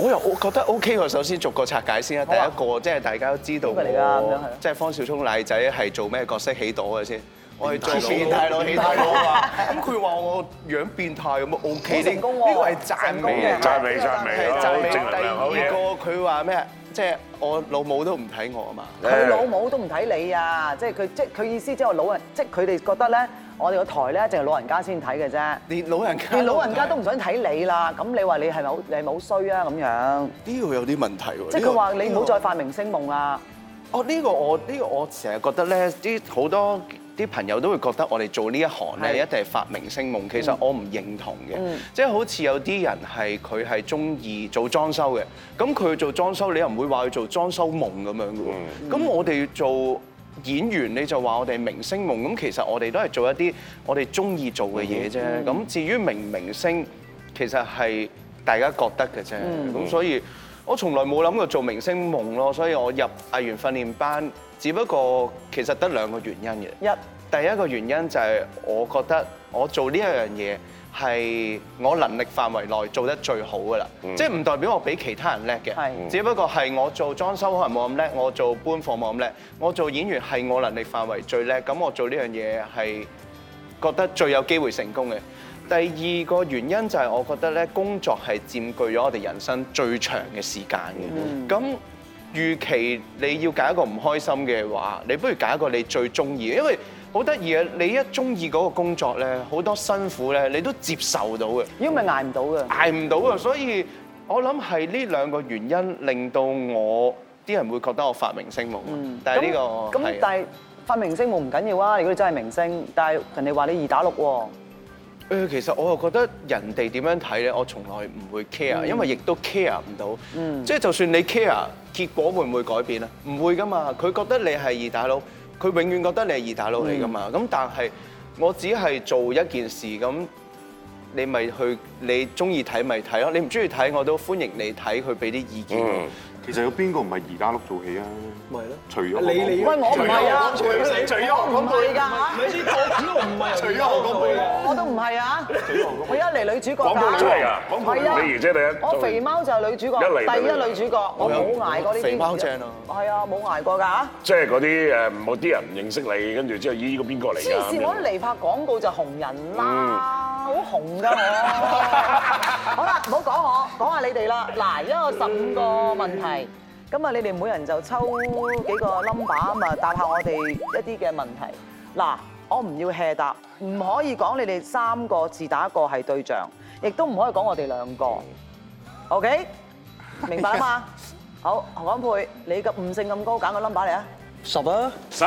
[SPEAKER 7] 我又我覺得 OK 喎，首先逐個拆解先啦。第
[SPEAKER 1] 好啊
[SPEAKER 7] 一個即係大家都知道
[SPEAKER 1] 邊個嚟㗎咁樣係
[SPEAKER 7] 我
[SPEAKER 1] 咯，
[SPEAKER 7] 即係方少聰奶仔係做咩角色起到嘅先？我係做變態佬，起大佬啊！咁佢話我樣變態咁啊，OK 呢
[SPEAKER 1] 好
[SPEAKER 7] 呢
[SPEAKER 1] 成
[SPEAKER 7] 個
[SPEAKER 1] 功喎
[SPEAKER 7] 係讚美嚟㗎
[SPEAKER 1] 成功嘅
[SPEAKER 5] 讚美讚美
[SPEAKER 7] 係讚美。
[SPEAKER 5] 好正能量好
[SPEAKER 7] 第
[SPEAKER 5] 嘢
[SPEAKER 7] 二個佢話咩？即係我老母都唔睇我啊嘛。
[SPEAKER 1] 佢老母都唔睇你啊！即係佢即係佢意思，即係老人，即係佢哋覺得咧，我哋個台咧，淨係老人家先睇嘅啫。
[SPEAKER 7] 連老人家
[SPEAKER 1] 連老人家都唔想睇你啦，咁你話你係咪好你係咪好衰啊咁樣？
[SPEAKER 7] 呢個有啲問題喎。
[SPEAKER 1] 即
[SPEAKER 7] 呢
[SPEAKER 1] 係
[SPEAKER 7] 個
[SPEAKER 1] 佢話你唔
[SPEAKER 7] 呢
[SPEAKER 1] 好
[SPEAKER 7] 個
[SPEAKER 1] 再發明星夢啊啦。
[SPEAKER 7] 哦，呢、個我呢、個我成日覺得咧，啲好多啲朋友都會覺得我哋做呢一行咧，
[SPEAKER 1] 係
[SPEAKER 7] 一定係發明星夢。其實我唔認同嘅，
[SPEAKER 1] 嗯
[SPEAKER 7] 即係好似有啲人係佢係中意做裝修嘅，咁佢做裝修，你又唔會話佢做裝修夢咁樣嘅
[SPEAKER 1] 嗯
[SPEAKER 7] 喎。咁、我哋做演員，你就話我哋明星夢，咁其實我哋都係做一啲我哋中意做嘅嘢啫。
[SPEAKER 1] 嗯
[SPEAKER 7] 咁、至於明唔明星，其實係大家覺得嘅啫。咁、所以我從來冇諗過做明星夢咯，所以我入藝員訓練班，只不過其實得兩個原因嘅。
[SPEAKER 1] 一
[SPEAKER 7] 第一個原因就係我覺得我做呢一樣嘢係我能力範圍內做得最好㗎啦，即係唔代表我比其他人叻
[SPEAKER 1] 係
[SPEAKER 7] 嘅，只不過係我做裝修可能冇咁叻，我做搬貨冇咁叻，我做演員係我能力範圍最叻，咁我做呢樣嘢係覺得最有機會成功嘅。第二個原因就係我覺得咧，工作係佔據咗我哋人生最長嘅時間嘅。咁、預期你要揀一個唔開心嘅話，你不如揀一個你最中意嘅，因為好得意啊！你一中意嗰個工作咧，好多辛苦咧，你都接受到嘅，
[SPEAKER 1] 如果唔係捱唔到嘅。
[SPEAKER 7] 捱唔到啊！所以我諗係呢兩個原因令到我啲人會覺得我發明星夢。嗯但係呢個
[SPEAKER 1] 咁咁
[SPEAKER 7] 係，啊
[SPEAKER 1] 但係發明星夢唔緊要啊！如果你真係明星，但係人哋話你二打六喎，
[SPEAKER 7] 誒，其實我又覺得人哋點樣睇咧，我從來唔會 care，因為亦都 care 唔到。即係就算你 care，結果會唔會改變啊？唔會噶嘛，佢覺得你係二打佬，佢永遠覺得你係二打佬嚟噶嘛。咁但係我只係做一件事咁。你咪去，你中意睇咪睇咯，你唔中意睇我都歡迎你睇，佢俾啲意見。
[SPEAKER 2] 其實有邊個唔係而家碌做戲啊？
[SPEAKER 4] 咪咯。
[SPEAKER 2] 除咗
[SPEAKER 4] 你
[SPEAKER 1] 喂
[SPEAKER 4] 你
[SPEAKER 1] 我唔係啊，
[SPEAKER 2] 除咗除咗
[SPEAKER 1] 我唔係㗎，
[SPEAKER 4] 咪先，我唔係
[SPEAKER 2] 除咗我講杯，
[SPEAKER 1] 我都唔係啊！我一嚟女主角
[SPEAKER 5] 講到
[SPEAKER 1] 㗎
[SPEAKER 5] 女嚟
[SPEAKER 1] 係
[SPEAKER 5] 㗎，
[SPEAKER 1] 啊
[SPEAKER 5] 講到你而姐第一，
[SPEAKER 1] 我肥貓就係女主角，
[SPEAKER 5] 一嚟
[SPEAKER 1] 第
[SPEAKER 5] 就
[SPEAKER 1] 一女主角，我冇捱過呢啲。
[SPEAKER 7] 肥貓正啊
[SPEAKER 1] 係啊，冇捱過㗎。
[SPEAKER 5] 即係嗰啲誒某啲人唔認識你，跟住之後咦呢個邊個嚟㗎？
[SPEAKER 1] 黐線，我
[SPEAKER 5] 咁樣
[SPEAKER 1] 嚟拍廣告就紅人啦，好紅㗎 [laughs] 我。好啦，唔好講我，講下你哋啦。嗱，而家有十五個問題，咁啊，你哋每人就抽幾個 number 咁啊，答下我哋一啲嘅問題。嗱，我唔要 hea 答，唔可以講你哋三個自打一個係對象，亦都唔可以講我哋兩個。OK，明白啊嘛？好，何錦佩，你嘅悟性咁高，揀個 number 嚟啊！
[SPEAKER 4] 十啊，
[SPEAKER 5] 十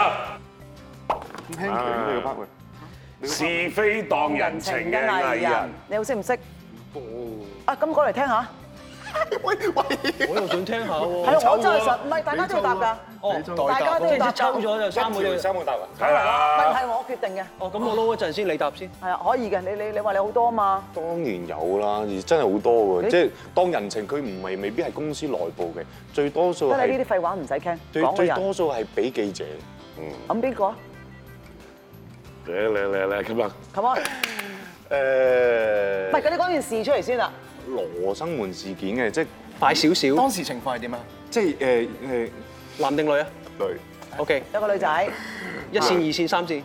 [SPEAKER 2] 你個 part 喂，
[SPEAKER 5] 是非當人情嘅藝人，，
[SPEAKER 1] 你好識唔識？啊，咁講嚟聽下。
[SPEAKER 4] 我又想聽下喎。
[SPEAKER 1] 係啊，我真係實，唔係大家都要答㗎。大家都
[SPEAKER 4] 即
[SPEAKER 1] 要
[SPEAKER 4] 係
[SPEAKER 1] 答
[SPEAKER 4] 一抽咗就三個啫。
[SPEAKER 3] 三個答案，
[SPEAKER 5] 睇
[SPEAKER 1] 問
[SPEAKER 5] 啦，
[SPEAKER 1] 題我決定嘅，
[SPEAKER 4] 哦，咁我撈一陣先，你答先。
[SPEAKER 1] 係啊，可以嘅。你你你話你好多啊嘛，
[SPEAKER 2] 當然有啦，而真係好多
[SPEAKER 1] 咦
[SPEAKER 2] 嘅，即係當人情佢唔係未必係公司內部嘅，最多數
[SPEAKER 1] 不過你
[SPEAKER 2] 係
[SPEAKER 1] 呢啲廢話唔使傾，
[SPEAKER 2] 最
[SPEAKER 1] 講個
[SPEAKER 2] 最
[SPEAKER 1] 人。
[SPEAKER 2] 多數係俾記者。
[SPEAKER 1] 咁邊個啊
[SPEAKER 5] 嚟嚟嚟嚟咁啊！
[SPEAKER 1] ？Come on，唔係，
[SPEAKER 2] 誒，
[SPEAKER 1] 咁你講件事出嚟先啦。
[SPEAKER 2] 羅生門事件嘅，即係
[SPEAKER 4] 快少少，
[SPEAKER 7] 當時情況係點啊？
[SPEAKER 2] 即係誒誒
[SPEAKER 4] 男定女啊
[SPEAKER 2] 類
[SPEAKER 4] ？OK，
[SPEAKER 1] 有個女仔，
[SPEAKER 4] 一線、二線、三線，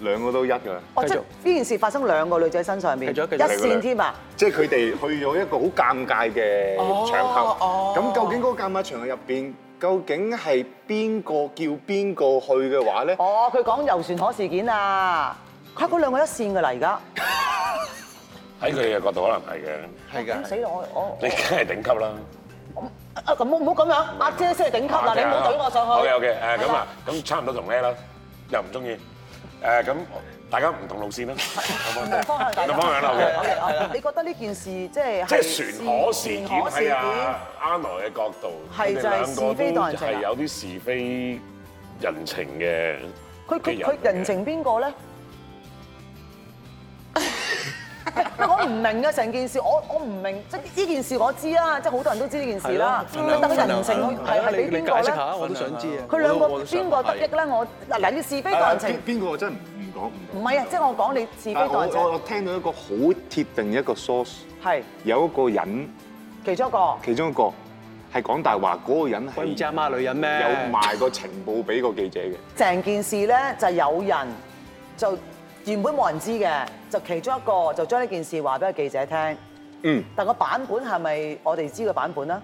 [SPEAKER 2] 兩個都一㗎，
[SPEAKER 1] 哦，
[SPEAKER 4] 繼
[SPEAKER 1] 即
[SPEAKER 4] 續
[SPEAKER 1] 係呢件事發生兩個女仔身上邊，
[SPEAKER 4] 繼續繼續
[SPEAKER 1] 一線添啊！
[SPEAKER 2] 即係佢哋去咗一個好尷尬嘅場
[SPEAKER 1] 哦
[SPEAKER 2] 合。咁究竟嗰個尷尬場合入邊，究竟係邊個叫邊個去嘅話咧？
[SPEAKER 1] 哦，佢講遊船河事件啊，嚇嗰兩個一線㗎啦，而家
[SPEAKER 5] 喺佢嘅角度可能係嘅，
[SPEAKER 7] 係㗎。
[SPEAKER 1] 死啦！我我
[SPEAKER 5] 你梗係頂級啦。
[SPEAKER 1] 啊咁唔好咁樣，阿姐先係頂級啦，你唔好懟我上去。
[SPEAKER 5] À, dạ. OK OK，誒咁啊，咁差唔多同咩啦，又唔中意。誒咁，大家唔同路線啦，
[SPEAKER 1] 唔同方向大家
[SPEAKER 5] 唔同方向啦，OK
[SPEAKER 1] 係啊啦你覺得呢件事即係
[SPEAKER 5] 即係船可事件
[SPEAKER 1] 船可事
[SPEAKER 5] 喺
[SPEAKER 1] 件
[SPEAKER 5] 啊阿來嘅角度，
[SPEAKER 1] 係
[SPEAKER 5] 佢哋
[SPEAKER 1] 就係
[SPEAKER 5] 兩個
[SPEAKER 1] 是非當人
[SPEAKER 5] 都
[SPEAKER 1] 情啊
[SPEAKER 5] 係有啲是非人情嘅。
[SPEAKER 1] 佢佢佢人情邊個咧？ [laughs] 我唔明啊！成件事，我我唔明，即係呢件事我知啦，即係好多人都知呢件事啦。
[SPEAKER 7] 兩
[SPEAKER 1] 但係人情係
[SPEAKER 7] 啊
[SPEAKER 1] 係俾
[SPEAKER 4] 你
[SPEAKER 1] 邊
[SPEAKER 4] 你
[SPEAKER 1] 個
[SPEAKER 4] 解釋
[SPEAKER 1] 咧？
[SPEAKER 4] 下，我都想知啊。
[SPEAKER 1] 佢兩個邊個得益咧？我嗱嗱，要
[SPEAKER 5] 啊
[SPEAKER 1] 是非當人
[SPEAKER 2] 啊邊
[SPEAKER 1] 情，
[SPEAKER 2] 邊個我真係唔唔講唔講
[SPEAKER 1] 唔係啊！即係我講你是非
[SPEAKER 2] 啊
[SPEAKER 1] 當
[SPEAKER 2] 我
[SPEAKER 1] 人
[SPEAKER 2] 我
[SPEAKER 1] 情，
[SPEAKER 2] 我聽到一個好貼定一個 source，
[SPEAKER 1] 係
[SPEAKER 2] 有一個人
[SPEAKER 1] 其中一個。
[SPEAKER 2] 其中一個係講大話，嗰、個人
[SPEAKER 4] 鬼唔知
[SPEAKER 2] 係
[SPEAKER 4] 阿媽女人咩？
[SPEAKER 2] 有賣個情報俾個記者嘅。
[SPEAKER 1] 成件事咧就係有人就原本冇人知嘅，就其中一個就將呢件事話俾個記者聽。
[SPEAKER 2] 嗯，
[SPEAKER 1] 但個版本係咪我哋知嘅版本咧？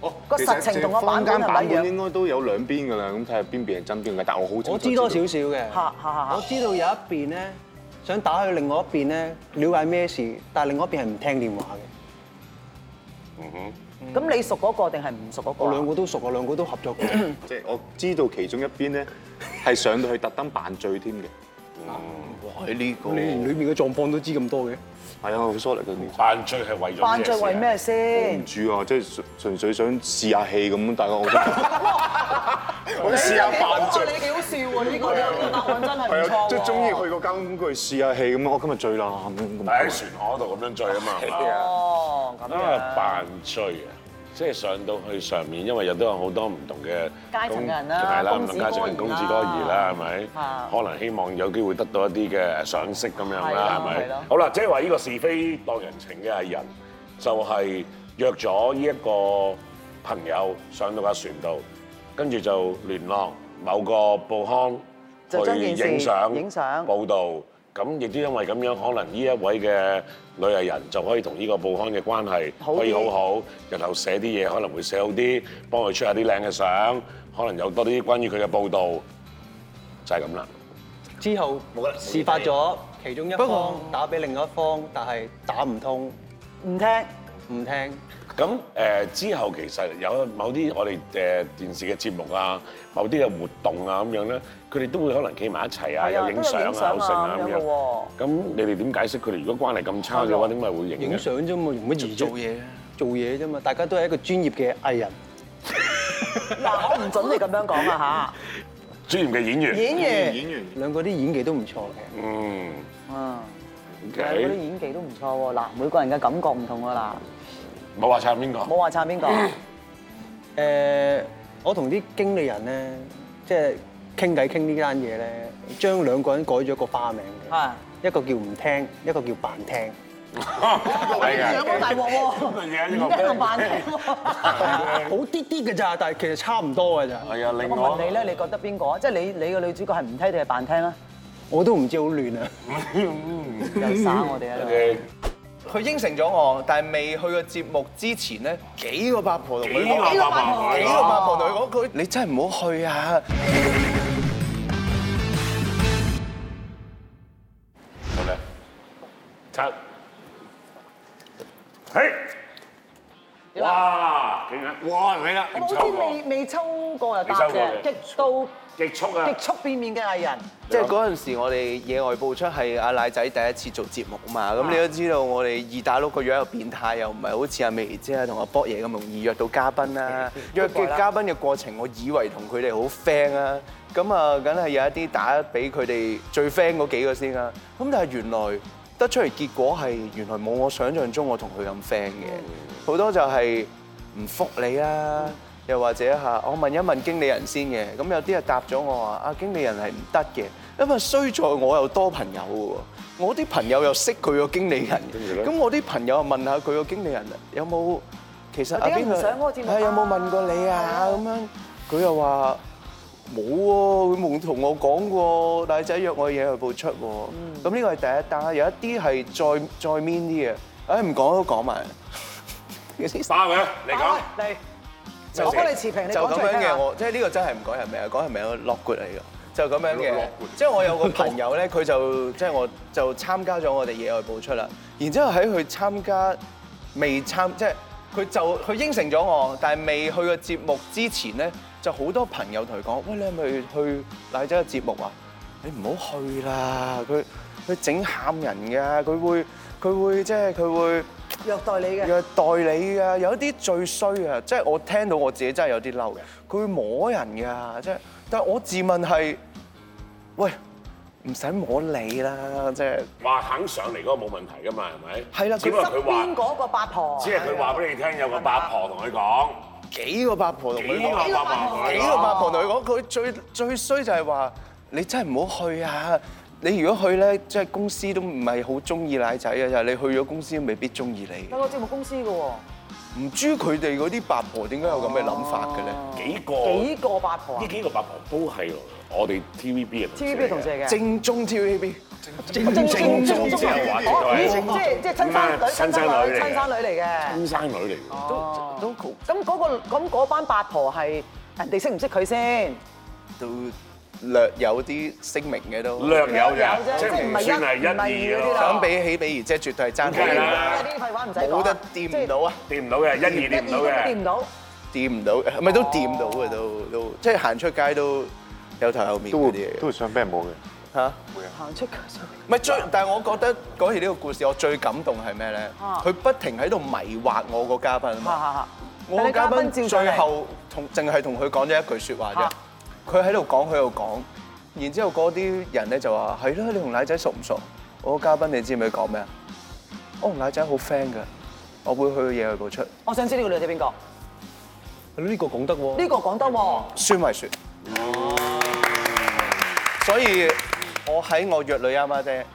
[SPEAKER 2] 哦
[SPEAKER 1] 個實情同個版本係咪一樣
[SPEAKER 2] 版本應該都有兩邊㗎啦，咁睇下邊邊係真邊嘅。但我好清楚
[SPEAKER 4] 我知多少少嘅。
[SPEAKER 1] 嚇嚇嚇嚇
[SPEAKER 4] 我知道有一邊咧，想打去另外一邊咧，了解咩事，但係另外一邊係唔聽電話嘅。
[SPEAKER 1] 咁你熟嗰個定係唔熟嗰個
[SPEAKER 4] 我
[SPEAKER 1] 啊？
[SPEAKER 4] 兩個都熟，我兩個都合作 [clears throat] 過。
[SPEAKER 2] 即係我知道其中一邊咧係上到去特登扮醉添嘅。
[SPEAKER 7] 哇！呢個
[SPEAKER 4] 你連裏面嘅狀況都知咁多嘅？
[SPEAKER 2] 係啊，好 sorry 佢
[SPEAKER 1] 嗯
[SPEAKER 2] 哋。
[SPEAKER 5] 犯罪係為咗啊
[SPEAKER 1] 犯罪為咩
[SPEAKER 2] 唔
[SPEAKER 1] 先？
[SPEAKER 2] 知啊，即係純純粹想試下氣咁，大
[SPEAKER 1] [laughs]
[SPEAKER 2] 家我我試下扮醉。
[SPEAKER 1] 你幾好笑喎！呢個呢個答案真係
[SPEAKER 2] 係
[SPEAKER 1] 唔錯
[SPEAKER 2] 啊，即係中意
[SPEAKER 1] 喎。
[SPEAKER 2] 去個交通工具試下氣咁，我今日醉啦咁樣咁。
[SPEAKER 5] 喺船河度咁樣醉啊嘛，係嘛？
[SPEAKER 1] 哦，咁
[SPEAKER 5] 因為
[SPEAKER 1] 樣。
[SPEAKER 5] 扮醉啊，即係上到去上面，因為有都有好多唔同嘅
[SPEAKER 1] 階層嘅人啦
[SPEAKER 5] 公係啦，
[SPEAKER 1] 公
[SPEAKER 5] 唔
[SPEAKER 1] 子
[SPEAKER 5] 同
[SPEAKER 1] 哥兒啦
[SPEAKER 5] 階層嘅公子哥兒啦，係咪
[SPEAKER 1] 啊？
[SPEAKER 5] 可能希望有機會得到一啲嘅賞識咁樣
[SPEAKER 1] 係啊
[SPEAKER 5] 啦，係
[SPEAKER 1] 係咯
[SPEAKER 5] 咪？好啦，即係話呢個是非當人情嘅藝人，就係約咗呢一個朋友上到架船度，跟住就聯絡某個報刊。
[SPEAKER 1] 就將件事
[SPEAKER 5] 影相、
[SPEAKER 1] 影相
[SPEAKER 5] 報導，咁亦都因為咁樣，可能呢一位嘅女藝人就可以同呢個報刊嘅關係
[SPEAKER 1] 好啲
[SPEAKER 5] 可以好好，日後寫啲嘢可能會寫好啲，幫佢出下啲靚嘅相，可能有多啲關於佢嘅報導，就係咁啦。
[SPEAKER 4] 之後事發咗，其中一方打俾另一方，但係打唔通，
[SPEAKER 1] 唔聽。
[SPEAKER 4] 唔聽。
[SPEAKER 5] 咁誒、呃之後其實有某啲我哋誒電視嘅節目啊，某啲嘅活動啊咁樣咧，佢哋都會可能企埋一齊啊，
[SPEAKER 1] 係啊
[SPEAKER 5] 有影相啊、好剩啊
[SPEAKER 1] 都有影相啊咁
[SPEAKER 5] 咁
[SPEAKER 1] 樣嘅
[SPEAKER 5] 樣
[SPEAKER 1] 喎。
[SPEAKER 5] 咁你哋點解釋佢哋如果關係咁差嘅話，點解會影嘅
[SPEAKER 4] 影相啫嘛，用乜嘢啫
[SPEAKER 7] 做嘢啊
[SPEAKER 4] 做嘢啫嘛，大家都係一個專業嘅藝人。
[SPEAKER 1] 嗱，我唔準你咁樣講啊
[SPEAKER 5] 專業嘅演 [laughs]
[SPEAKER 1] 嚇！
[SPEAKER 5] 員？
[SPEAKER 1] 演員，
[SPEAKER 2] 演員
[SPEAKER 4] 兩個啲演技都唔錯嘅，
[SPEAKER 5] 嗯
[SPEAKER 1] 嗯，兩個啲
[SPEAKER 5] ，OK，
[SPEAKER 1] 演技都唔錯喎。嗱，每個人嘅感覺唔同㗎啦，
[SPEAKER 5] 冇話撐邊個，
[SPEAKER 1] 冇話撐邊個。
[SPEAKER 4] 誒、我同啲經理人咧，即係傾偈傾呢單嘢咧，將兩個人改咗個花名嘅，
[SPEAKER 1] 係。
[SPEAKER 4] 一個叫唔聽，一個叫扮聽。
[SPEAKER 5] 係
[SPEAKER 1] 兩個大鑊喎，
[SPEAKER 5] 嘅
[SPEAKER 1] 唔得咁扮聽喎。
[SPEAKER 4] 好啲啲嘅咋，但係其實差唔多嘅咋。
[SPEAKER 5] 係啊，另
[SPEAKER 1] 我問你
[SPEAKER 5] 外
[SPEAKER 1] 咧，你覺得邊個啊？即係你你個女主角係唔聽定係扮聽啊？
[SPEAKER 4] 我都唔知好亂啊。
[SPEAKER 1] 又耍我哋啊！
[SPEAKER 5] 嘅
[SPEAKER 7] 佢應承咗我，但係未去個節目之前咧，幾個八婆同佢
[SPEAKER 5] 幾
[SPEAKER 7] 講，
[SPEAKER 5] 個八婆啊
[SPEAKER 7] 幾個八婆同佢講，佢你真係唔好去啊！
[SPEAKER 5] 好咧，七，嘿，
[SPEAKER 1] 點啊？
[SPEAKER 5] 哇！勁啊！哇！係啦，
[SPEAKER 1] 我好似未未抽過就答
[SPEAKER 5] 未抽過
[SPEAKER 1] 嘅，
[SPEAKER 5] 嘅
[SPEAKER 1] 極到
[SPEAKER 5] 極速啊！
[SPEAKER 1] 極速變面嘅藝人，
[SPEAKER 7] 即係嗰陣時，我哋野外播出係阿奶仔第一次做節目嘛，咁你都知道我哋二打六個樣又變態，又唔係好似阿薇姐啊同阿博爺咁容易約到嘉賓 [laughs] 啦。約嘅嘉賓嘅過程，我以為同佢哋好 friend 啊，咁啊，梗係有一啲打俾佢哋最 friend 嗰幾個先啦。咁但係原來得出嚟結果係原來冇我想象中我同佢咁 friend 嘅，好多就係唔覆你啦。又或者嚇，我問一問經理人先嘅，咁有啲人答咗我話啊，經理人係唔得嘅，因為衰在我又多朋友喎，我啲朋友又識佢個經理人
[SPEAKER 2] 跟住咧，
[SPEAKER 7] 咁我啲朋友又問下佢個經理人有冇其實啊
[SPEAKER 1] 點解
[SPEAKER 7] 邊
[SPEAKER 1] 唔
[SPEAKER 7] 個
[SPEAKER 1] 上嗰個節目
[SPEAKER 7] 係有冇
[SPEAKER 1] 啊
[SPEAKER 7] 問過你啊咁樣，佢又話。冇喎，佢冇同我講過，大仔約我嘢去報出喎。咁呢個係第一單，有一啲係再再 mean 啲嘅，唉唔講都講埋。
[SPEAKER 1] 好
[SPEAKER 5] 爆嘅，你講
[SPEAKER 1] 啊。嚟，
[SPEAKER 7] 就
[SPEAKER 1] 我幫你持平，你
[SPEAKER 7] 就
[SPEAKER 1] 講
[SPEAKER 7] 咁
[SPEAKER 1] 出
[SPEAKER 7] 樣
[SPEAKER 1] 嚟聽
[SPEAKER 7] 嘅，
[SPEAKER 1] 下。
[SPEAKER 7] 我即係呢個真係唔講人名啊，講人名我落攰嚟嘅。就咁樣嘅
[SPEAKER 5] 落闊，
[SPEAKER 7] 即係我有個朋友咧，佢就即係我就參加咗我哋野外播出啦。然之後喺佢參加未參，即係佢就佢應承咗我，但係未去個節目之前咧，就好多朋友同佢講：喂，你係咪去奶仔嘅節目啊？你唔好去啦，佢佢整喊人㗎，佢會佢會即係佢會。
[SPEAKER 1] 虐待你嘅，
[SPEAKER 7] 虐待你㗎，有一啲最衰啊！即係我聽到我自己真係有啲嬲嘅，佢會摸人㗎，即係，但係我自問係，喂，唔使摸你啦，即係，
[SPEAKER 5] 話肯上嚟嗰個冇問題噶嘛，係咪？
[SPEAKER 7] 係啦佢
[SPEAKER 5] 只不過佢
[SPEAKER 1] 側邊
[SPEAKER 5] 話，
[SPEAKER 1] 嗰個八婆
[SPEAKER 5] 只。係佢話俾你聽，有個八婆同佢講，
[SPEAKER 7] 幾個八婆同佢
[SPEAKER 5] 幾個
[SPEAKER 7] 講，
[SPEAKER 5] 八婆同佢
[SPEAKER 7] 幾個
[SPEAKER 5] 講，
[SPEAKER 7] 八婆同佢講，佢最最衰就係話，你真係唔好去啊！你如果去咧，即係公司都唔係好中意奶仔嘅，就係你去咗公司都未必中意你。
[SPEAKER 1] 有個節目公司嘅喎，
[SPEAKER 7] 唔知佢哋嗰啲八婆點解有咁嘅諗法嘅咧？
[SPEAKER 5] 幾個
[SPEAKER 1] 幾個八婆啊
[SPEAKER 5] 呢幾個八婆都係我哋 TVB 嘅
[SPEAKER 1] ？TVB 同事嚟嘅，
[SPEAKER 7] 正宗 TVB。
[SPEAKER 1] 正正正
[SPEAKER 5] 正
[SPEAKER 1] 即
[SPEAKER 5] 正話絕
[SPEAKER 1] 係
[SPEAKER 5] 對係
[SPEAKER 1] 即係親生女、親生女、
[SPEAKER 5] 親生女嚟嘅
[SPEAKER 1] 親生女嚟嘅。
[SPEAKER 5] 親生女嚟嘅，
[SPEAKER 1] 都
[SPEAKER 7] 都好
[SPEAKER 1] 咁嗰個咁嗰班八婆係人哋識唔識佢先？
[SPEAKER 7] 都略有啲聲明嘅都。
[SPEAKER 5] 略有
[SPEAKER 1] 有啫
[SPEAKER 5] 啫，即係
[SPEAKER 1] 即係唔
[SPEAKER 5] 唔
[SPEAKER 1] 係一
[SPEAKER 5] 算係
[SPEAKER 1] 唔係
[SPEAKER 5] 一二
[SPEAKER 1] 二嗰啲啦
[SPEAKER 5] 咯，
[SPEAKER 7] 相比起比而姐，絕對係爭好
[SPEAKER 5] 係
[SPEAKER 1] 有
[SPEAKER 5] 啦
[SPEAKER 7] 遠，
[SPEAKER 1] 啲廢話唔使講啊
[SPEAKER 7] 冇得掂唔到，啊！
[SPEAKER 5] 掂唔到嘅，一二
[SPEAKER 1] 即係
[SPEAKER 5] 掂唔到
[SPEAKER 1] 掂唔
[SPEAKER 5] 嘅，
[SPEAKER 1] 到。
[SPEAKER 7] 掂唔到，係咪都掂到嘅都都，即係行出街都有頭有面
[SPEAKER 2] 都
[SPEAKER 7] 嗰啲
[SPEAKER 2] 會
[SPEAKER 7] 嘢
[SPEAKER 2] 都
[SPEAKER 7] 嘅
[SPEAKER 2] 會想俾人摸嘅。
[SPEAKER 7] 嚇。
[SPEAKER 1] 行出街上
[SPEAKER 7] 唔係最，但係我覺得講起呢個故事，我最感動係咩咧？
[SPEAKER 1] 啊
[SPEAKER 7] 佢不停喺度迷惑我個嘉賓啊
[SPEAKER 1] 嚇
[SPEAKER 7] 嘛。
[SPEAKER 1] 嚇嚇！
[SPEAKER 7] 我個嘉賓啊
[SPEAKER 1] 上
[SPEAKER 7] 最
[SPEAKER 1] 嚟
[SPEAKER 7] 後同淨係同佢講咗一句説話啫
[SPEAKER 1] 嚇，
[SPEAKER 7] 佢喺度講，佢喺度講，然之後嗰啲人咧就話：係咯，你同奶仔熟唔熟？我個嘉賓你知唔知佢講咩啊？我同奶仔好 friend 㗎，我會去野外播出，
[SPEAKER 1] 我想知呢個女仔邊個？
[SPEAKER 4] 呢個講得喎，
[SPEAKER 1] 呢個講得喎，
[SPEAKER 7] 孫慧雪。所以我喺我約女阿媽爹